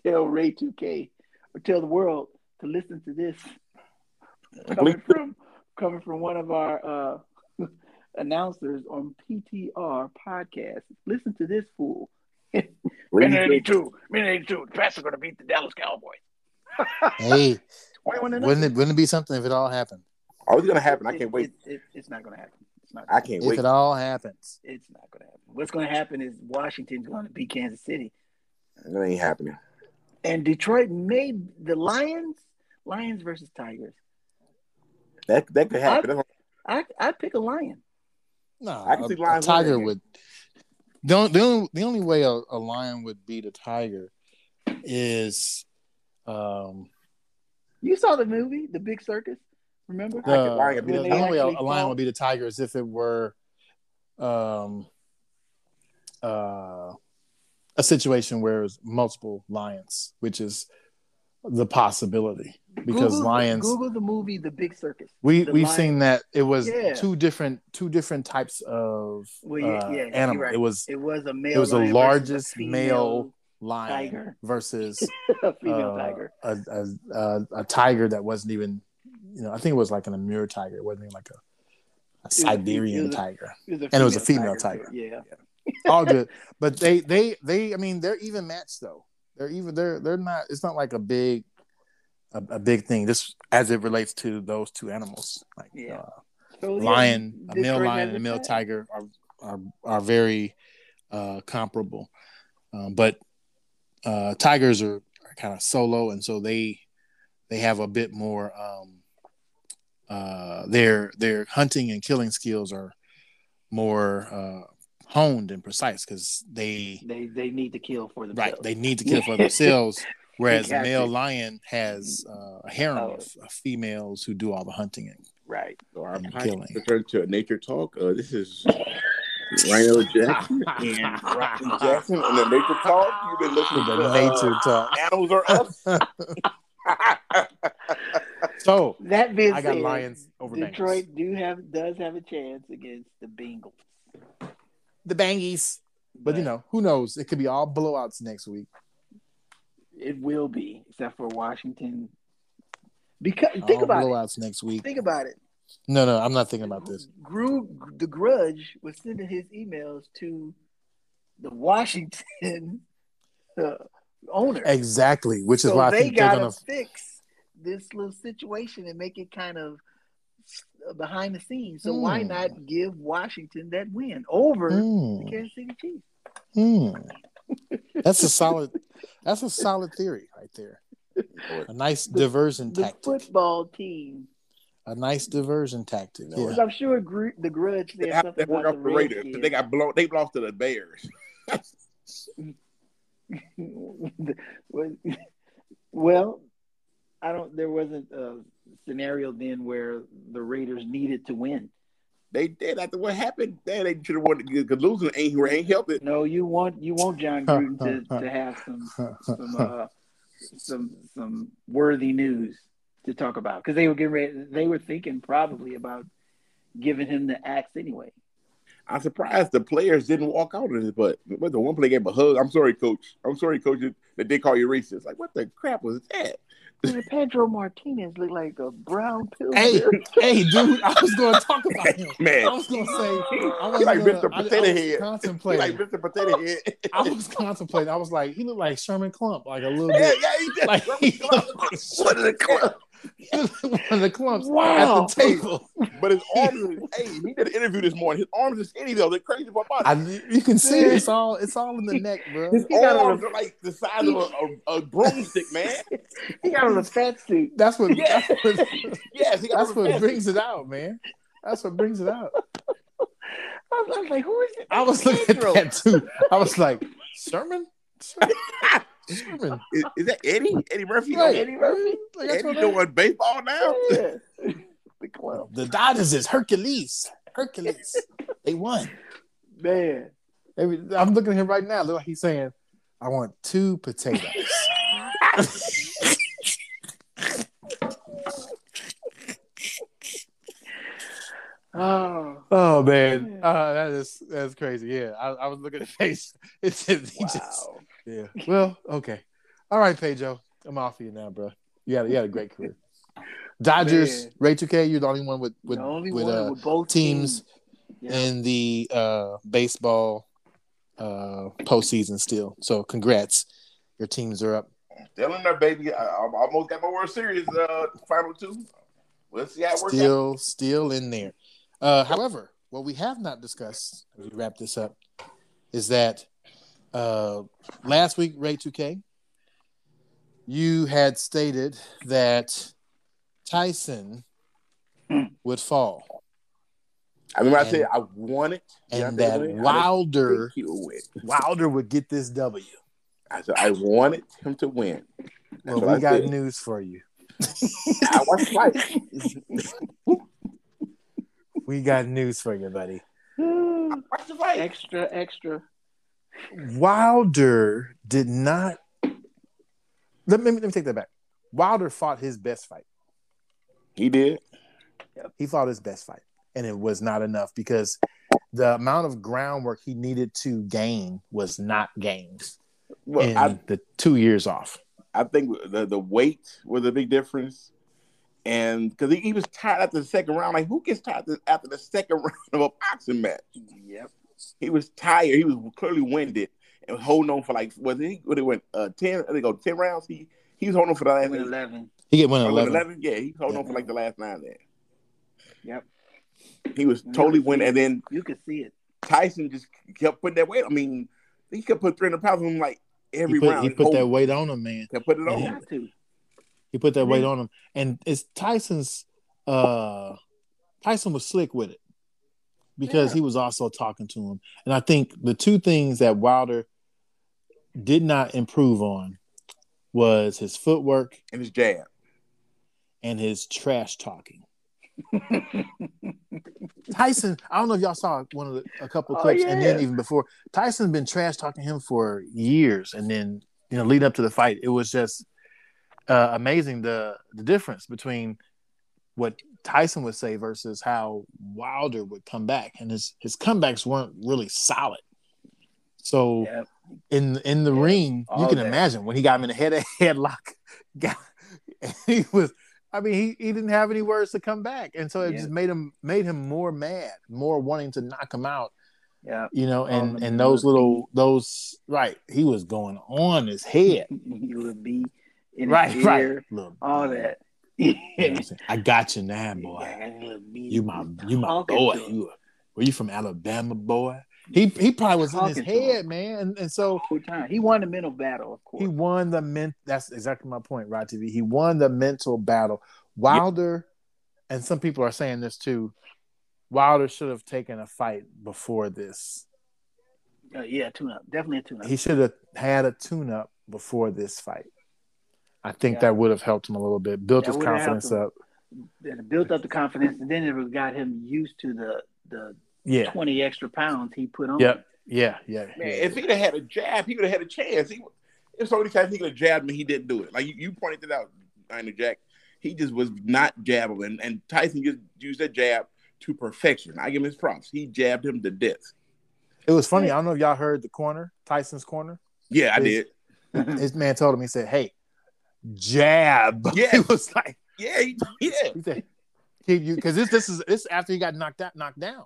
C: tell Ray Two K or tell the world to listen to this coming from coming from one of our uh, announcers on PTR podcast. Listen to this fool. Minute eighty-two. Minute eighty-two. The Pats are gonna beat the Dallas Cowboys.
A: hey,
C: Twenty-one to nothing.
A: wouldn't it wouldn't it be something if it all happened?
B: Oh, it's gonna happen. I can't wait.
C: It, it, it's not gonna happen. It's not.
B: I can't
A: If
B: wait.
A: it all happens,
C: It's not going to happen. What's going to happen is Washington's going to beat Kansas City,
B: That ain't happening.
C: and Detroit may the Lions, Lions versus Tigers.
B: That that could happen. That's
C: I I pick a Lion.
A: no,
B: I can
A: a-
B: see
A: a
B: Lions winning
A: tiger
B: that
A: would. The only, the only the only way a, a lion would beat a tiger is, um,
C: You saw the movie, The Big Circus. Remember?
A: the,
B: could- lion
A: the,
B: could beat a
A: the
C: tiger.
A: only way a, a lion
C: Actually
A: would beat a tiger is if it were, um, uh, a situation where it's multiple lions, which is the possibility because
C: Google-
A: lions.
C: Google the movie, The Big Circus.
A: we
C: the
A: we've
C: lion-
A: seen that it was
C: Yeah.
A: two different two different types of
C: Well, yeah,
A: uh,
C: yeah, you're
A: animal.
C: right.
A: It was
C: It was a male.
A: was the
C: lion versus
A: largest
C: female
A: male lion
C: tiger.
A: versus
C: female
A: uh,
C: tiger.
A: a, a, a, a tiger that wasn't even you know I think it was like an Amur tiger. It wasn't even like a, a
C: a- it
A: Siberian
C: was a-
A: tiger.
C: And
A: it was a female tiger.
C: Yeah.
A: All good, but they they they I mean they're even matched though. They're even they're they're not. It's not like a big a, a big thing. This as it relates to those two animals. Like
C: Yeah.
A: uh,
C: So, yeah,
A: lion, a male
C: Detroit
A: lion,
C: has
A: and a male
C: shot.
A: tiger are are, are very uh, comparable, um, but uh, tigers are, are kind of solo, and so they they have a bit more. Um, uh, their their hunting and killing skills are more uh, honed and precise because they
C: They they need to kill for themselves.
A: right they need to kill for themselves. Whereas a male
C: Exactly.
A: lion has uh, a harem
C: Oh.
A: of, of females who do all the hunting and
C: Right.
B: So our
A: I'm
B: podcast
A: killing.
B: returned to a nature talk. Uh, this is Rhino Jackson and Rockton Jackson and the nature talk. You've been
C: Ah.
B: listening to
A: the nature talk.
B: Uh, animals are us.
A: So
C: That being
A: I got
C: said,
A: Lions over Bengals.
C: Detroit do have does have a chance against the Bengals,
A: the Bangies. But you know, who knows? It could be all blowouts next week.
C: it will be except for Washington. Because think
A: all
C: about
A: blowouts next
C: it.
A: week.
C: Think about it.
A: No, no, I'm not thinking uh, about this.
C: Gru, the Grudge was sending his emails to the Washington uh, owner.
A: Exactly, which is
C: so
A: why I
C: they
A: think they're
C: gotta
A: gonna
C: fix this little situation and make it kind of uh, behind the scenes. So why
A: Hmm.
C: not give Washington that win over the
A: Mm,
C: Kansas City Chiefs?
A: mm. That's a solid that's a solid theory right there. A nice
C: The-
A: diversion
C: the
A: tactic.
C: football team.
A: A nice diversion tactic.
B: No,
A: Yeah.
C: Because I'm sure Gr- the Grudge
B: They
C: said
B: have
C: something
B: to work
C: about
B: off
C: the
B: the Raiders. 'cause They
C: Redskins.
B: got blown. They lost to the Bears.
C: well, I don't. There wasn't uh, scenario then where the Raiders needed to win.
B: They did after what happened. They, they should have won because losing ain't ain't help it.
C: No, you want you want John Gruden to, to have some some uh, some some worthy news to talk about because they were getting ready. They were thinking probably about giving him the axe anyway.
B: I'm surprised the players didn't walk out of this, but but the one player gave a hug. I'm sorry, coach. I'm sorry, coach, that they call you racist. Like, what the crap was that?
C: Man, Pedro Martinez looked like a brown pill.
A: Hey, hey, dude! I was going to talk about him.
B: Man.
A: I was going to say I was
B: He like
A: gonna,
B: Mr.
A: I- I
B: Potato
A: was
B: Head. He
A: contemplating.
B: like Mr. Potato Head.
A: I was contemplating. I was like, he looked like Sherman Clump, like a little
B: yeah,
A: bit.
B: yeah, he did.
A: Like, he looked like
B: What is it?
A: one of the clumps
C: Wow.
A: at the table.
B: But his arms, hey, he did an interview this morning. His arms are skinny though. They're crazy about body.
A: I, you can see it. it's all it's all in the neck, bro.
B: his
C: he got
B: arms are like the size of a, a, a broomstick, man.
C: He got on a fat suit.
A: That's what
B: Yeah.
A: that's what,
B: Yes, he got
A: that's
B: a
A: what
B: fat-
A: brings it out, man. That's what brings it out.
C: I was, I was like, who is it?
A: I was looking at
C: Pedro.
A: that too. I was like, Sherman, Sherman, Sherman.
B: Is, is that Eddie? Eddie Murphy?
A: Right.
C: Eddie Murphy.
A: Like, that's
B: Eddie
A: what I-
B: doing baseball now?
C: Yeah. the clown.
A: the Dodgers is Hercules. Hercules. They won.
C: Man.
A: They- I'm looking at him right now. Look, like he's saying, "I want two potatoes."
C: Oh.
A: Oh man, uh, that is that's crazy. Yeah, I, I was looking at face. It says he
C: Wow.
A: just yeah. Well, okay, all right, Pedro, I'm off you now, bro. You had you had a great career. Dodgers,
C: Man.
A: Ray 2K, you're the only one with with
C: the only
A: with,
C: one
A: uh,
C: with both
A: teams
C: teams. Yeah.
A: in the uh, baseball uh, postseason still. So congrats, your teams are up.
B: Still in there, baby. I, I almost got my World Series uh, final two. Let's see how it works out.
A: still still in there. Uh, however, what we have not discussed as we wrap this up is that uh, last week, Ray 2K, you had stated that Tyson would fall
B: I remember I
A: And-
B: said I won it.
A: and
B: Yeah, I
A: that
B: did. I didn't
A: Wilder
B: think he would win.
A: Wilder would get this W.
B: I said I wanted him to win.
A: Well,
B: what I
A: we got
B: said.
A: news for you.
B: I watched fight.
A: We got news for you, buddy.
B: Watch the fight.
C: extra, extra.
A: Wilder did not. Let me, let me take that back. Wilder fought his best fight.
B: He did.
A: He fought his best fight, and it was not enough because the amount of groundwork he needed to gain was not gained
B: Well,
A: in
B: I,
A: the two years off.
B: I think the, the weight was a big difference. And because he, he was tired after the second round. Like, who gets tired th- after the second round of a boxing match?
C: Yep.
B: He was tired. He was clearly winded and was holding on for like, was he, what it went, uh, 10, I think it go 10 rounds? He he was holding on for the last
C: Win 11.
A: He get one
B: Oh,
A: eleven.
B: 11? Yeah, he was holding on
A: Yeah.
B: for like the last nine there.
C: Yep.
B: He was totally winning. And then
C: You could see it.
B: Tyson just kept putting that weight. I mean, he could put 300 pounds on him like
A: He
B: every
A: put,
B: round.
A: he
B: Just
A: put that
B: hold-
A: weight on him, man.
B: kept putting it
A: Oh.
C: You
B: on.
C: got to.
A: He put that
C: Mhm.
A: weight on him, and it's Tyson's. uh Tyson was slick with it because he was also talking to him, and I think the two things that Wilder did not improve on was his footwork
B: And his jab.
A: and his trash talking. Tyson, I don't know if y'all saw one of the, a couple
C: Oh,
A: clips, and then
C: yeah.
A: even before Tyson's been trash talking him for years, and then you know leading up to the fight, it was just uh, amazing the the difference between what Tyson would say versus how Wilder would come back, and his his comebacks weren't really solid. So
C: Yep.
A: in in the
C: Yeah,
A: ring, you
C: all
A: can
C: that.
A: imagine when he got him in a head headlock. got- he was, I mean, he, he didn't have any words to come back, and so it
C: Yeah.
A: just made him made him more mad, more wanting to knock him out.
C: Yep.
A: You know,
C: Oh,
A: and
C: the
A: and those
C: blood
A: little those right, he was going on his head.
C: You would be in
A: right,
C: his
A: right.
C: ear,
A: Look,
C: all that.
A: you know what I'm saying? I got you now, boy. You my you my
C: Talking
A: boy.
C: to him.
A: You were you from Alabama, boy? He he probably was in his
C: Talking to him.
A: head, man, and, and so.
C: Whole time. He won the mental battle, of course.
A: He won the ment. That's exactly my point, Rod TV. He won the mental battle. Wilder, and some people are saying this too. Wilder should have taken a fight before this.
C: Uh, yeah, tune up. Definitely a tune up.
A: He should have had a tune-up before this fight. I think
C: Yeah.
A: that would have helped him a little bit, built
C: That
A: his
C: would have
A: confidence
C: helped
A: up.
C: that it built up the confidence, and then it got him used to the the
A: Yeah.
C: twenty extra pounds he put on.
A: Yep. Yeah. Yeah.
B: Man,
A: yeah.
B: if he'd have had a jab, he would have had a chance. He, there's so many times he could have jabbed me, he didn't do it. Like you, you pointed it out, Diner Jack. He just was not jabbing, and, and Tyson just used that jab to perfection. I give him his props. He jabbed him to death.
A: It was funny. I don't know if y'all heard the corner, Tyson's corner.
B: Yeah, I
A: Yes.
B: did.
C: Mm.
A: His man told him, he said, Hey, jab.
B: Yeah.
A: He was like,
B: Yeah, he, yeah.
A: he said, Keep you because this this is this after he got knocked out knocked down.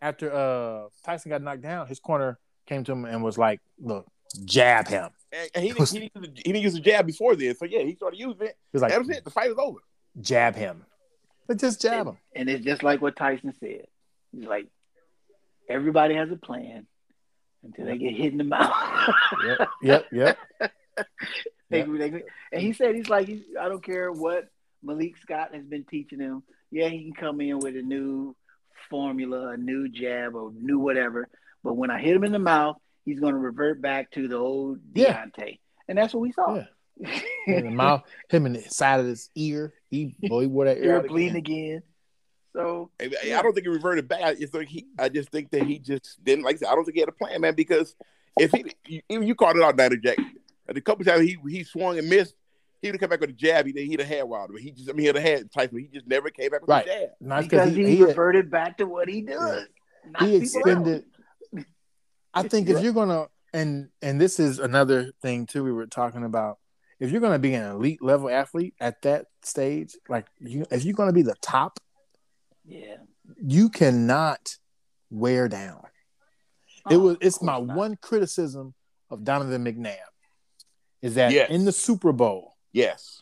A: After uh Tyson got knocked down, his corner came to him and was like, Look, jab him.
B: And and he, didn't, he, didn't use the, he didn't use the jab before this, so yeah, he started using it.
A: He was
B: That was
A: like,
B: it. The fight was over.
A: jab him. But just jab him.
C: And it's just like what Tyson said. He's like, everybody has a plan until they get hit in the mouth.
A: Yep, yep, yep.
C: They-
A: Yeah.
C: they- and he said, he's like, he's, I don't care what Malik Scott has been teaching him. Yeah, he can come in with a new formula, a new jab, or new whatever. But when I hit him in the mouth, he's going to revert back to the old
A: Yeah.
C: Deontay. And that's what we saw.
A: Yeah. In the mouth, him in the side of his ear. He boy he wore that ear.
C: You're
A: out
C: bleeding
A: again.
C: again. So,
B: I, I don't think he reverted back. I just think he, I just think that he just didn't like. I said, I don't think he had a plan, man. Because if he, you, even you called it out, Diner Jack. The couple times he he swung and missed, he would have come back with a jab. He he'd have had Wilder. He just, I mean, he'd have had Tyson. He just never came back with
A: Right.
B: a jab.
A: Not
C: because he,
A: he had-
C: reverted back to what he does. Knock
A: he
C: people out.
A: extended. I think if you're gonna and and this is another thing too we were talking about. If you're gonna be an elite level athlete at that stage, like you, if you're gonna be the top,
C: Yeah.
A: you cannot wear down. it
C: Oh,
A: was it's
C: of
A: my
C: course not.
A: one criticism of Donovan McNabb is that
B: Yes.
A: in the Super Bowl
B: Yes.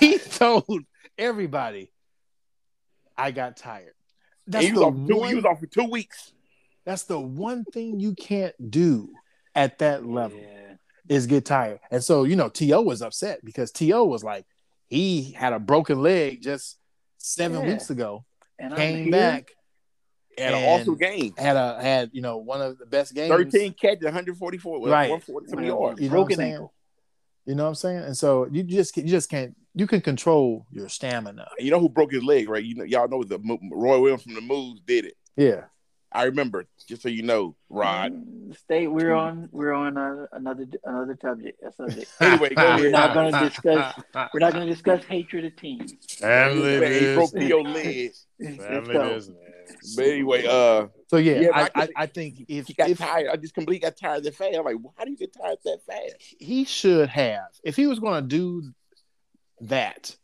A: he told everybody, "I got tired." That's
B: And he was
A: the
B: off. for Two, he
A: one.
B: was off for two weeks.
A: That's the one thing you can't do at that level
C: Yeah.
A: is get tired. And so you know, To was upset because To was like, he had a broken leg just seven
C: Yeah.
A: weeks ago,
C: And I'm
A: came
C: here.
A: back,
B: And, an
A: And-
B: awesome game.
A: had a had you know one of the best games.
B: Thirteen catches, 144, well,
A: Right.
B: 140 some
C: Well,
B: yards.
A: You know what I'm
C: broken
A: saying?
C: ankle.
A: You know what I'm saying? And so you just can- you just can't you can control your stamina.
B: You know who broke his leg, right? You know, y'all know the Mo- Roy Williams from the Moves did it.
A: Yeah,
B: I remember. Just so you know, Rod.
C: Mm, Stay. We're on. We're on uh, another another subject. A subject.
B: Anyway, go ahead.
C: We're not going to discuss. We're not going to discuss hatred of teams.
B: Man, he broke your leg.
C: Let's go.
B: But anyway, uh,
A: So yeah,
B: Yeah,
A: I,
B: but I
A: I,
B: could-
A: I think if
B: he got
A: if
B: tired. I just completely got tired that fast. I'm like, how do you get tired that fast?
A: he should have, if he was going to do that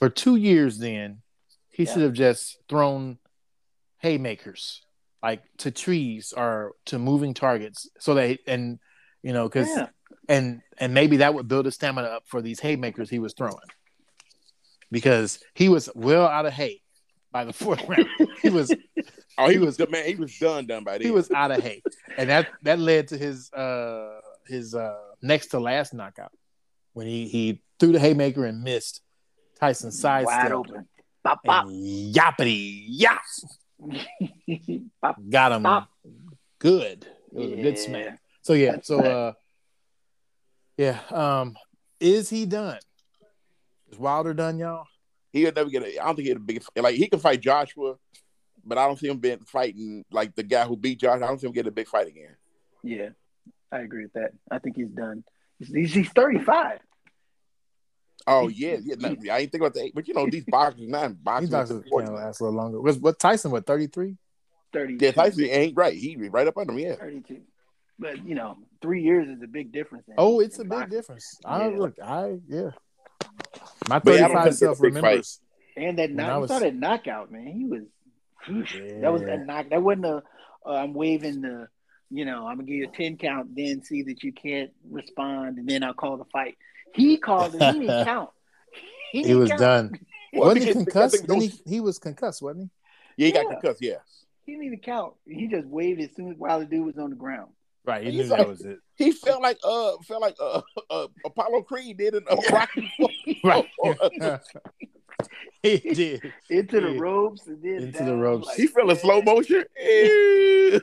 A: for two years, then he
C: Yeah.
A: should have just thrown haymakers like to trees or to moving targets, so that and you know because
C: Yeah.
A: and and maybe that would build his stamina up for these haymakers he was throwing because he was well out of hay by the fourth round. He was
B: Oh, he,
A: He was-
B: was the man. He was done, done by this.
A: he was out of hay, and that that led to his uh his uh next to last knockout when he he threw the haymaker and missed Tyson side
C: Wide open. Bop bop.
A: and yappity yap
C: bop.
A: got him
C: Bop.
A: good. It was a good
C: Yeah.
A: smack. So yeah,
C: That's
A: so
C: right.
A: uh yeah, um is he done? Is Wilder done, y'all?
B: He'll never get a. I don't think he'll big like he can fight Joshua, but I don't see him being fighting like the guy who beat Josh. I don't see him getting a big fight again.
C: Yeah, I agree with that. I think he's done. He's he's, he's thirty five.
B: Oh yeah, yeah. No, I ain't think about that. But you know these boxers, not
A: He
B: boxers.
A: thought it was gonna last a little longer. Was what Tyson what 33?
C: Thirty.
B: Yeah, Tyson ain't right. He right up under him. Yeah.
C: Thirty two. But you know, three years is a big difference. in-
A: Oh, it's a
C: in
A: big
C: boxing.
A: difference. I
C: Yeah.
A: look, I yeah. My
B: But yeah,
A: 35
B: I don't think it's a
A: self
B: big
A: remembers.
C: And that
A: When
C: knock,
A: I
C: you
A: was-
C: saw that knockout, man. He was that was
A: Yeah.
C: that knock. That wasn't a uh, I'm waving the you know I'm gonna give you a ten count, then see that you can't respond, and then I'll call the fight. He called it. He didn't count. He,
A: He
C: didn't
A: was
C: count.
A: done.
B: Well,
A: wasn't he
B: because- because
A: concussed?
B: I think
A: Didn't he, he was concussed, wasn't
B: Yeah, he got
C: Yeah.
B: concussed. Yeah.
C: He didn't even count. He just waved as soon as while the dude was on the ground.
A: he? Right,
B: he He's knew that like-
A: was it.
B: He felt like uh felt like uh, uh Apollo Creed did in uh, Rocky.
A: Right.
B: Oh,
A: he did.
C: Into the
A: Yeah.
C: ropes and then
A: Into the
C: down.
A: ropes.
B: he fell in slow motion. Yeah.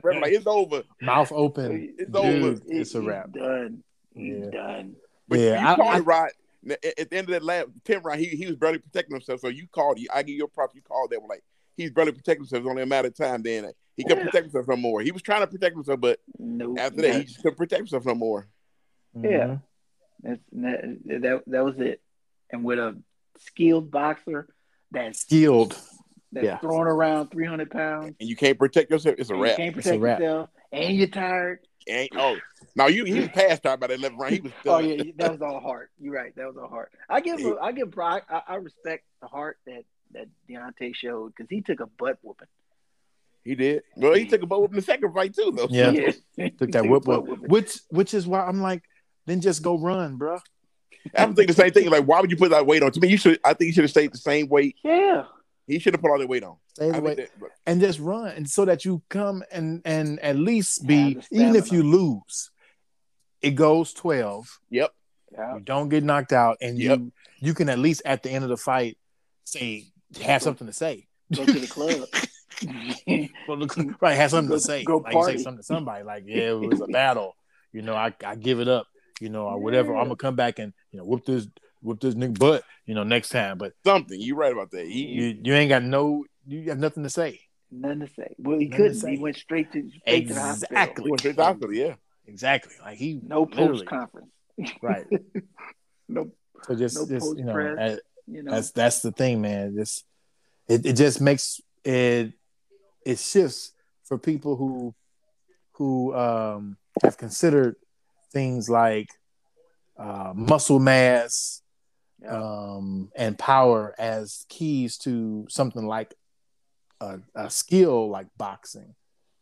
B: Brother, like it's over.
A: Mouth open.
B: It's
A: Dude,
B: over.
A: It's a
C: he's
A: wrap.
C: Done. He's
A: Yeah.
C: done.
B: But
A: Yeah,
B: you
A: I-
B: called
A: I-
B: it right. Now, at, at the end of that last ten round, he, he was barely protecting himself. So you called. You, I give you a prop. You called that one. Like he's barely protecting himself. It's only a matter of time. Then he could protect himself no more. He was trying to protect himself, but
C: No.
B: after that, he just couldn't protect himself no more.
A: Mm-hmm.
C: Yeah. That's, that, that that was it. And with a skilled boxer that's
A: Skilled.
C: that's
A: Yeah.
C: throwing around 300 pounds,
B: And you can't protect yourself. It's a
C: and you
B: wrap.
C: can't
A: It's a
C: protect
A: wrap.
C: yourself, and you're tired.
B: Ain't- oh, now you he was passed out by that eleventh round. He was
C: Oh
B: done.
C: yeah, that was all heart. You're right. That was all heart. I give him- I give I, I respect the heart that that Deontay showed because he took a butt whooping.
B: He did. Well, he took a bow in the second fight too, though.
A: Yeah.
C: He
A: Took that
C: a
A: whip
C: butt
A: up.
C: whooping.
A: Which which is why I'm like, then just go run, bruh.
B: I was thinking the same thing. Like, why would you put that weight on? To me, you should. I think you should have stayed the same weight.
C: Yeah.
B: He should have put all that weight on.
A: Stay
B: I
A: away.
B: think that-
A: and just run and so that you come and and at least be
C: Have the
A: even if you
C: stamina.
A: lose it goes 12
B: yep.
C: Yeah.
A: you don't get knocked out and
B: Yep.
A: you you can at least at the end of the fight say have something to say
C: Go to the club.
A: Well, look, right have something
C: Go-
A: to say
C: go
A: like you say
C: party.
A: something to somebody like yeah it was a battle you know i, I give it up you know or whatever
C: Yeah.
A: i'm gonna come back and you know whoop this whoop this nigga butt you know next time but
B: Something. You're right about that. He,
A: you you ain't got no you have nothing to say
C: Nothing to say. Well, he
A: Nothing to
C: couldn't.
A: say.
C: He went straight to straight to the hospital.
A: exactly
B: he went straight to the hospital. Yeah.
A: exactly like he
C: No post
A: Literally.
C: conference.
A: right
C: No,
A: So just,
C: No
A: just you know,
C: post-press,
A: that-
C: you know.
A: that's that's the thing, man. Just it, it just makes it it shifts for people who who um, have considered things like uh, muscle mass
C: Yeah.
A: um, and power as keys to something like a, a skill like boxing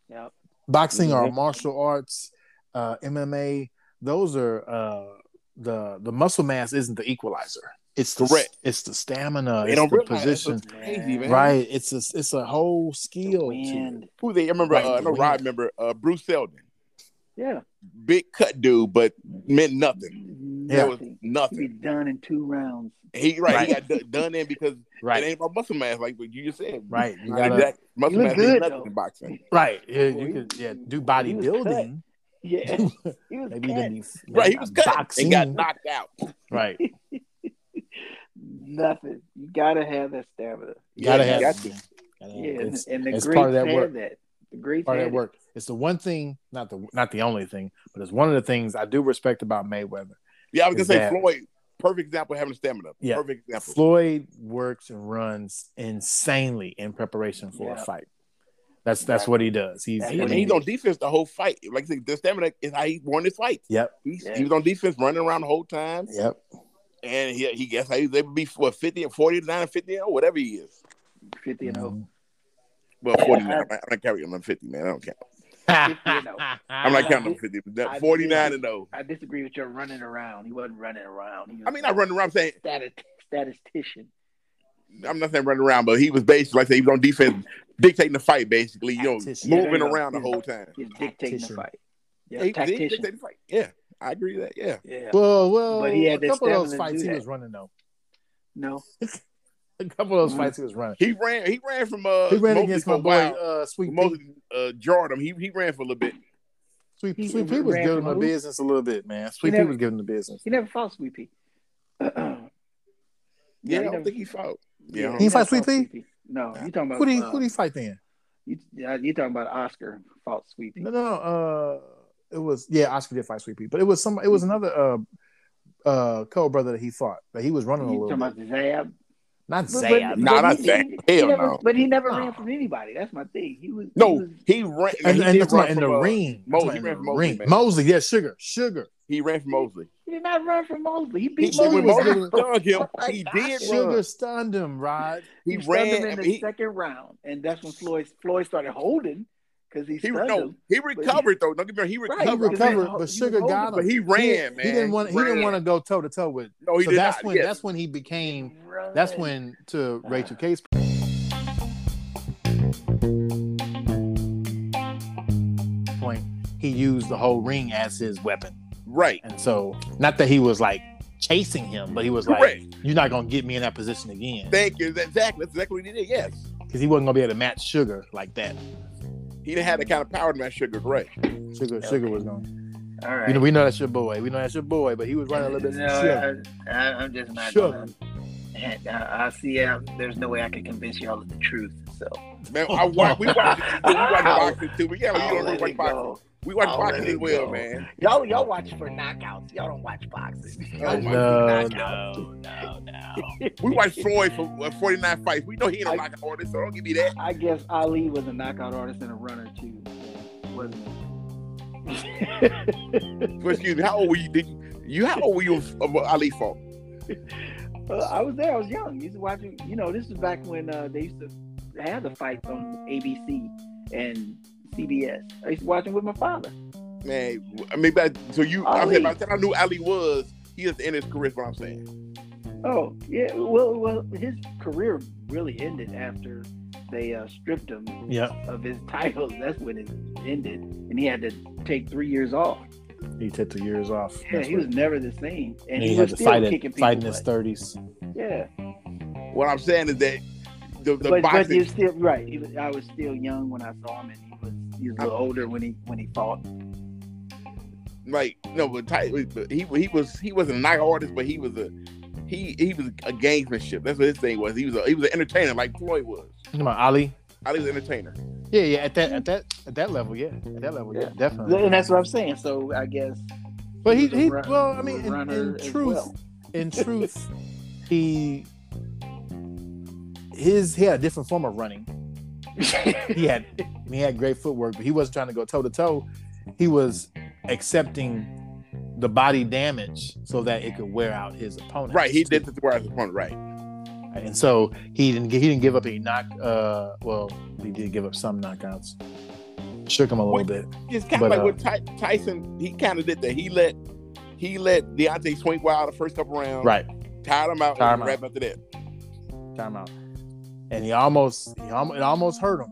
C: Yep.
A: boxing or
B: Mhm.
A: martial arts, uh, MMA, those are uh, the the muscle mass isn't the equalizer. It's the,
B: Correct.
A: It's the stamina.
B: They
A: Uh, it's
B: don't
A: the
B: realize that's
A: position.
B: what's crazy, man.
A: Right. It's a it's a whole skill. To
C: Wind.
A: it.
B: Who they? I remember.
A: Right,
B: Uh, I know
A: the
B: Rod.
A: wind.
B: Remember uh, Bruce Seldon.
C: Yeah.
B: Big cut dude, but meant nothing.
A: Yeah.
B: It was
C: Nothing. He'd be
B: nothing.
C: done in two rounds.
B: He right. He got d- done in because it
A: Right.
B: ain't about muscle mass, like what you just said.
A: Right. You
B: Not
A: gotta,
B: exact- muscle
C: You look
B: mass
C: good,
B: means nothing
C: though.
B: in boxing.
A: right. Yeah,
C: Boy,
A: you
C: he-
A: could yeah
C: he
A: do
C: was
A: bodybuilding.
C: Yeah. He was
A: Maybe
C: cut.
A: then you
B: Right, he was cut
A: boxing.
B: and got knocked out.
A: Right. You
C: Nothing. You gotta have that stamina.
A: gotta
B: Yeah,
A: have
B: you
A: got
B: got
A: to.
B: to.
C: Yeah, and,
A: it's
C: and the
A: it's
C: greats
A: part of that
C: had
A: work.
C: that. The greats
A: part of
C: had
A: that
C: it.
A: work. It's the one thing, not the not the only thing, but it's one of the things I do respect about Mayweather.
B: Yeah, I was gonna
A: Is
B: say
A: that-
B: Floyd. Perfect example of having stamina.
A: Yeah.
B: Perfect example.
A: Floyd works and runs insanely in preparation for
C: Yeah.
A: a fight. That's that's
B: Exactly.
A: what he does. He's
C: Yeah,
B: He,
A: I
B: and
A: mean,
B: he's on defense the whole fight. Like I said, the stamina is how he won his fight.
A: Yep,
B: He's,
C: Yeah.
B: He was on defense, running around the whole time,
A: yep.
B: and he he guess how he was able to be what 50 or 49 or 50 or oh, whatever he is.
C: Fifty and
A: Mm-hmm.
C: oh.
B: Well, 49. I, I don't carry him. I'm 50, man. I don't count.
A: Mm-hmm.
B: I'm not counting. I'm 50. but
C: I-
B: that 49 and 0.
C: I disagree with your running around. He wasn't running around. He was
B: I mean, I run around. I'm saying
C: static, statistician.
B: I'm not saying running around, but he was basically like I said, he was on defense, dictating the fight. Basically, you know,
A: Tactician.
B: moving
C: Yeah, yeah.
B: around the whole time.
C: He's dictating the
A: Tactician.
C: fight.
B: Yeah,
C: Yeah,
B: he, he
C: tactician.
B: dictated the fight. Yeah, I agree with that. Yeah.
C: yeah.
A: Well, well,
C: But he had
A: a
C: that
A: couple of those
C: stamina to
A: fights
C: do
A: he
C: that.
A: was running though.
C: No.
A: A couple of those
C: Mhm.
A: fights he was running.
B: He ran. He ran from uh.
A: He ran
B: Mosley
A: against
B: for a
A: my boy
B: while.
A: uh, Sweet
B: Moses
A: Pea.
B: uh, jarred him. He he ran for a little bit.
A: Sweet,
C: He-
A: Sweet
C: he
A: Pea was
C: ran
A: giving
C: from
A: him the
C: who?
A: business a little bit, man. Sweet Pea
C: never-
A: was giving him the business.
C: He never fought Sweet Pea. No, he
B: Yeah, I
C: never-
B: don't think he fought.
C: yeah,
B: Yeah,
A: He
B: I don't-
A: fought
C: never
A: Sweet Pea?
C: No, you talking about
A: Who did he,
C: uh,
A: who did he fight then?
C: you, yeah, you talking about Oscar who fought Sweet Pea?
A: No, no, no. Uh, it was yeah. Oscar did fight Sweet Pea, but it was some. It
C: Mm-hmm.
A: was another uh, uh, co brother that he fought that he was running a
C: You
A: little.
C: talking
A: Bit.
C: about Zab?
A: Not
C: But-
A: Zab.
C: but-
B: Nah,
C: but
B: not
C: he-
B: Zab.
C: he
B: Hell
C: never-
B: no.
C: But he never
A: Nah.
C: ran from anybody. That's my thing. He was he
B: no,
C: was-
B: he ran.
A: and,
B: he
A: and
B: did
A: that's
B: run
A: right in
B: from,
A: the
B: uh,
A: ring. That's
B: Mosley
A: right, in
B: ran
A: the
B: from Mosley,
A: ring.
B: man.
A: Mosley, yeah, sugar, sugar,
B: He ran from Mosley.
C: he did not run from Mosley. He
B: He,
C: beat
B: he, when
A: was
B: Mosley
A: giving-
C: Mosley.
B: stunned him,
C: Oh my
B: he
C: God.
B: did
A: sugar
B: run.
A: stunned him, Rod.
B: He,
C: stunned him
B: ran.
C: in
B: I
C: the
B: mean, he,
C: second round, and that's when Floyd Floyd started holding because he
B: he,
C: stunned
B: no,
C: him.
B: he recovered though. Don't get me wrong. He
C: Right,
A: He
B: recovered,
C: was
A: recovered,
C: ho- he
A: but
C: was
A: sugar
C: holding,
A: got him.
B: but he ran,
A: He,
B: man.
A: he didn't want. He didn't
B: ran.
A: want to go toe to toe with.
B: No, he
A: so
B: did
A: that's
B: not.
A: when
B: yes.
A: that's when he became.
C: Run.
A: That's when to Rachel Case. Point. He used the whole ring as his weapon,
B: right.
A: and so not that he was like chasing him, but he was like,
B: Correct.
A: "You're not gonna get me in that position again,"
B: Thank you. That's exactly. That's exactly what he did. Yes.
A: because he wasn't gonna be able to match sugar like that.
B: He didn't have the kind of power to match Sugar Ray.
A: Sugar, sugar was going.
C: All right.
A: You know, we know that's your boy. We know that's your boy, but he was running a little bit. No,
C: I, I, I'm just not
A: Sure.
C: gonna. I, I see. uh there's no way I can convince y'all of the truth. So
B: Man, I watch, we watch, we watch boxing too. We gotta,
C: I'll
B: we don't
C: let
B: watch
C: it
B: boxing.
C: go.
B: We watch
C: I'll
B: boxing
C: let
B: as
C: it
B: well,
C: go.
B: man.
C: Y'all, y'all watch for knockouts. Y'all don't watch boxing. Y'all
B: Oh,
C: watch
B: my
A: no,
C: for knockouts.
D: no, no, no.
B: We watch Floyd for uh, 49 fights. We know he ain't a
C: I-
B: knockout artist, so don't give me that.
C: I guess Ali was a knockout artist and a runner too, wasn't he?
B: But excuse me, how old were you? Did you, you how old were you of Ali fought?
C: Well, I was there. I was young. Used to watch. it- You know, this is back when uh, they used to have the fights on ABC and CBS. I used to watch them with my father.
B: Man, I mean, by, so you, I'm
C: Ali.
B: saying by the time I knew Ali was, he was in his career, is what I'm saying.
C: Oh, yeah. Well, well, his career really ended after they uh, stripped him
A: yeah,
C: of his titles. That's when it ended, and he had to take three years off.
A: he took two years off.
C: Yeah,
A: That's
C: he
A: what-
C: was never the same, and
A: and
C: he,
A: he
C: was
A: had to
C: still
A: fight
C: kicking
A: it,
C: people.
A: fight in his
C: butt.
A: thirties.
C: yeah,
B: What I'm saying is that the, the
C: but but
B: boxing,
C: you're still right. He was, I was still young when I saw him, and he was he was a little older when he when he fought.
B: like, no, but Ty- but he he was he wasn't a knockout artist, but he was a he he was a gamesmanship. That's what his thing was. He was a, he was an entertainer, like Floyd was.
A: Come on, Ali.
B: Ali was an entertainer.
A: Yeah, yeah. At that, at that, at that level, yeah, at that level,
C: Yeah.
A: yeah, definitely.
C: And that's what I'm saying. So I guess.
A: But he,
C: was a
A: he
C: run-
A: well, I mean, in,
C: runner
A: in
C: as
A: truth,
C: well.
A: in truth, he his he had a different form of running. He had he had great footwork, but he wasn't trying to go toe to toe. He was accepting the body damage so that it could wear out his opponent.
B: Right, he did the throw out his opponent, right.
A: and so he didn't he didn't give up any knock. Uh, well, he did give up some knockouts. Shook him a little bit.
B: It's kind
A: But,
B: of like
A: uh,
B: with Ty- Tyson, he kind of did that. He let he let Deontay swing wild the first couple rounds,
A: Right.
B: tired him out,
A: Tired
B: and
A: him
B: wrapped after that.
A: Timeout. And he almost he almost it almost hurt him.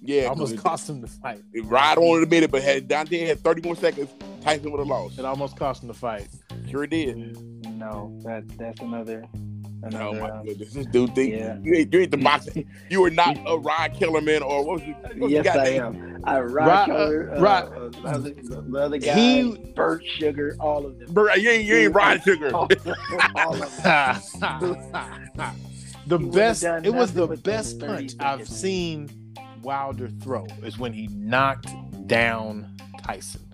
B: Yeah,
A: It almost
B: 'cause
A: cost him the fight.
B: it- it ride on in a minute, but had Deontay had 31 seconds, Tyson would have lost.
A: It almost cost him the fight.
B: Sure did.
C: No, that that's another. another
A: Oh
B: No, my
C: uh,
B: goodness, this dude think
C: yeah.
B: you, ain't, you ain't the boxing. You are not a Rod Killerman or what was it? what was
C: Yes,
B: the guy
C: I
B: name?
C: am. I
A: Rock-
C: rock, color, uh,
A: Rock-
C: uh, other- the other guy,
A: He-
C: Burt Sugar, all of them.
B: Bro, you ain't, you ain't Rod Sugar.
C: all, all of them.
A: the
C: He would've
A: best
C: done
A: it was
C: nothing
A: the
C: with
A: best
C: those 30
A: punch I've
C: seconds.
A: seen Wilder throw is when he knocked down Tyson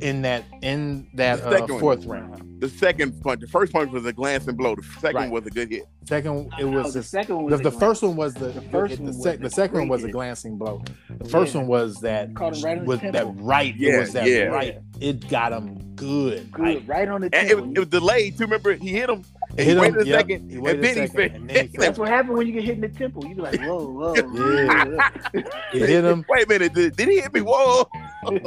A: in that in that
B: The
A: uh,
B: second one.
A: fourth round.
B: The second punch, the first punch was a glance and blow. The second
A: Right.
B: was a good hit.
A: Second it
C: No,
A: was
C: the
A: the,
C: second one.
A: the,
C: Was
A: the
C: a
A: first one was the the
C: first
A: first
C: one
A: the,
C: was
A: sec,
C: a
A: the second one
C: great
A: was a
C: hit.
A: glancing blow. The first
C: Yeah.
A: one was that
C: Caught him right in the
A: was that
C: temple.
A: right it
B: Yeah,
A: was that
B: yeah.
A: right it got him good.
C: Good,
A: Like,
C: right on the
B: And it,
C: temple.
B: was- it was delayed too. Remember, he hit him. And
A: Hit
B: he
A: him,
B: waited a
A: yep,
B: second.
A: he waited a
B: and
A: second,
B: then he
A: and
B: said,
A: then he
C: that's what happened when you get hit in the temple. You be like, whoa, whoa.
A: Yeah. it hit him
B: Wait a minute, did, did he hit me? Whoa!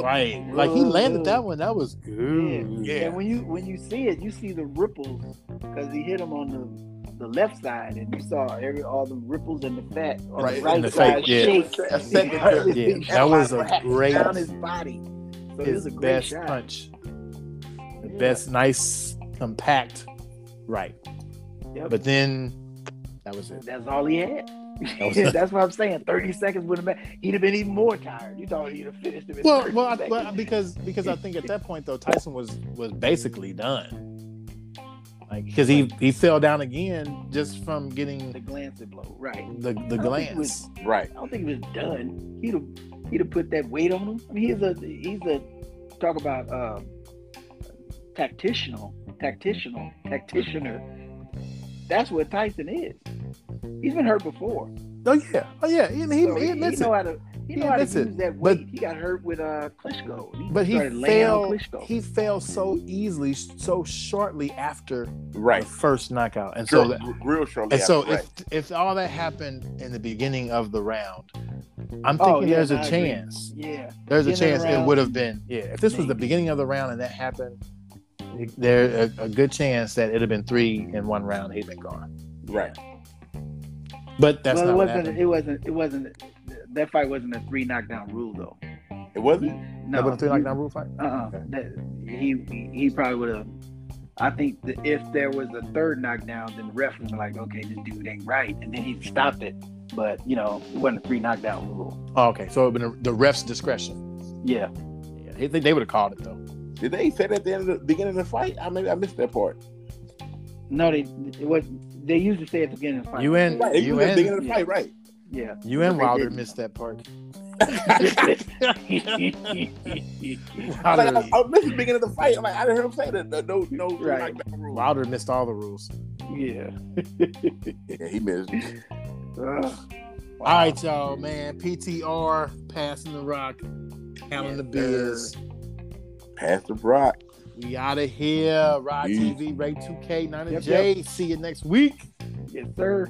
A: right. Like he landed that one. That was
C: Yeah.
A: good.
B: Yeah.
C: And when you when you see it, you see the ripples because he hit him on the, the left side, and you saw every all the ripples and the fat on
B: Right,
C: the
B: and
C: right
A: the
C: side
A: fake, yeah.
C: shake.
B: A second
C: Yeah,
A: Yeah, that was a
C: wrapped
A: great-
C: down his body. So it was
A: his
C: a great
A: best
C: shot.
A: punch. The
C: Yeah.
A: best, nice, compact, right.
C: Yep.
A: But then that was it.
C: That's all he had.
A: was-
C: That's what I'm saying. Thirty seconds would have been. He'd have been even more tired. You thought he'd have finished him. In
A: Well,
C: 30
A: well, I,
C: seconds.
A: well, because because I think at that point though, Tyson was was basically done. Like because he he fell down again just from
C: the
A: getting
C: glance and blow. Right.
A: the the
C: think it
A: glance.
C: was-
B: Right.
C: I don't think he was done. He'd have he'd have put that weight on him. I mean, he's a he's a talk about uh, tactitional, tactitional, tactitioner. That's what Tyson is. He's been hurt before.
A: Oh yeah, oh yeah. He, he,
C: So
A: he admits
C: know
A: it,
C: how to he,
A: He
C: know how to
A: admits
C: use
A: it,
C: that
A: but-
C: weight. he got hurt with uh, Klitschko. He
A: but he
C: started laying on
A: fell.
C: Klitschko.
A: He fell so easily, so shortly after
B: Right.
A: the first knockout, and so
B: So
A: that-
B: real shortly.
A: And so
B: after, right.
A: if if all that happened in the beginning of the round, I'm thinking
C: Oh, yeah,
A: there's a
C: I agree.
A: chance.
C: yeah.
A: There's a
C: Beginning of
A: chance
C: the
A: it
C: round,
A: would have been. Yeah, if this was the
C: maybe.
A: beginning of the round and that happened, there a, a good chance that it'd have been three in one round. He'd been gone.
B: right.
A: But that's
C: well, it
A: not what
C: wasn't.
A: happened.
C: It wasn't. It wasn't. That fight wasn't a three knockdown rule though.
B: It wasn't.
A: That
C: No,
A: was a three knockdown rule fight.
C: Uh-uh.
A: Okay.
C: That, he he- he probably would have. I think that if there was a third knockdown, then the ref would be like, "Okay, this dude ain't right," and then he stopped it. But you know, it wasn't a three knockdown rule.
A: Oh, okay, so it'd been a, the ref's discretion.
C: Yeah,
A: Yeah, They think they would have called it though.
B: Did they say that at the end of the beginning of the fight? I maybe I missed that part.
C: No, they it was they used to say at the beginning of the fight.
A: You in-
B: Right, it was
A: UN.
B: at the beginning of the
C: Yeah.
B: fight, right?
C: Yeah.
A: You
C: They
A: and
C: did.
A: Wilder missed that part.
B: I
A: Wilder,
B: like, I, I missed the beginning of the fight. I'm like, I didn't hear him say that. No, no, no
C: Right.
B: knockdown rule.
A: Wilder missed all the rules.
C: yeah.
B: Yeah, he missed.
C: Ugh.
A: All right, y'all, man. PTR passing the rock, counting the
B: Yes,
A: biz.
B: Pass the rock.
A: We out of here. Rod
B: Yeah.
A: TV, Ray 2K, 9 and
C: Yep,
A: J. See you next week.
C: Yes, sir.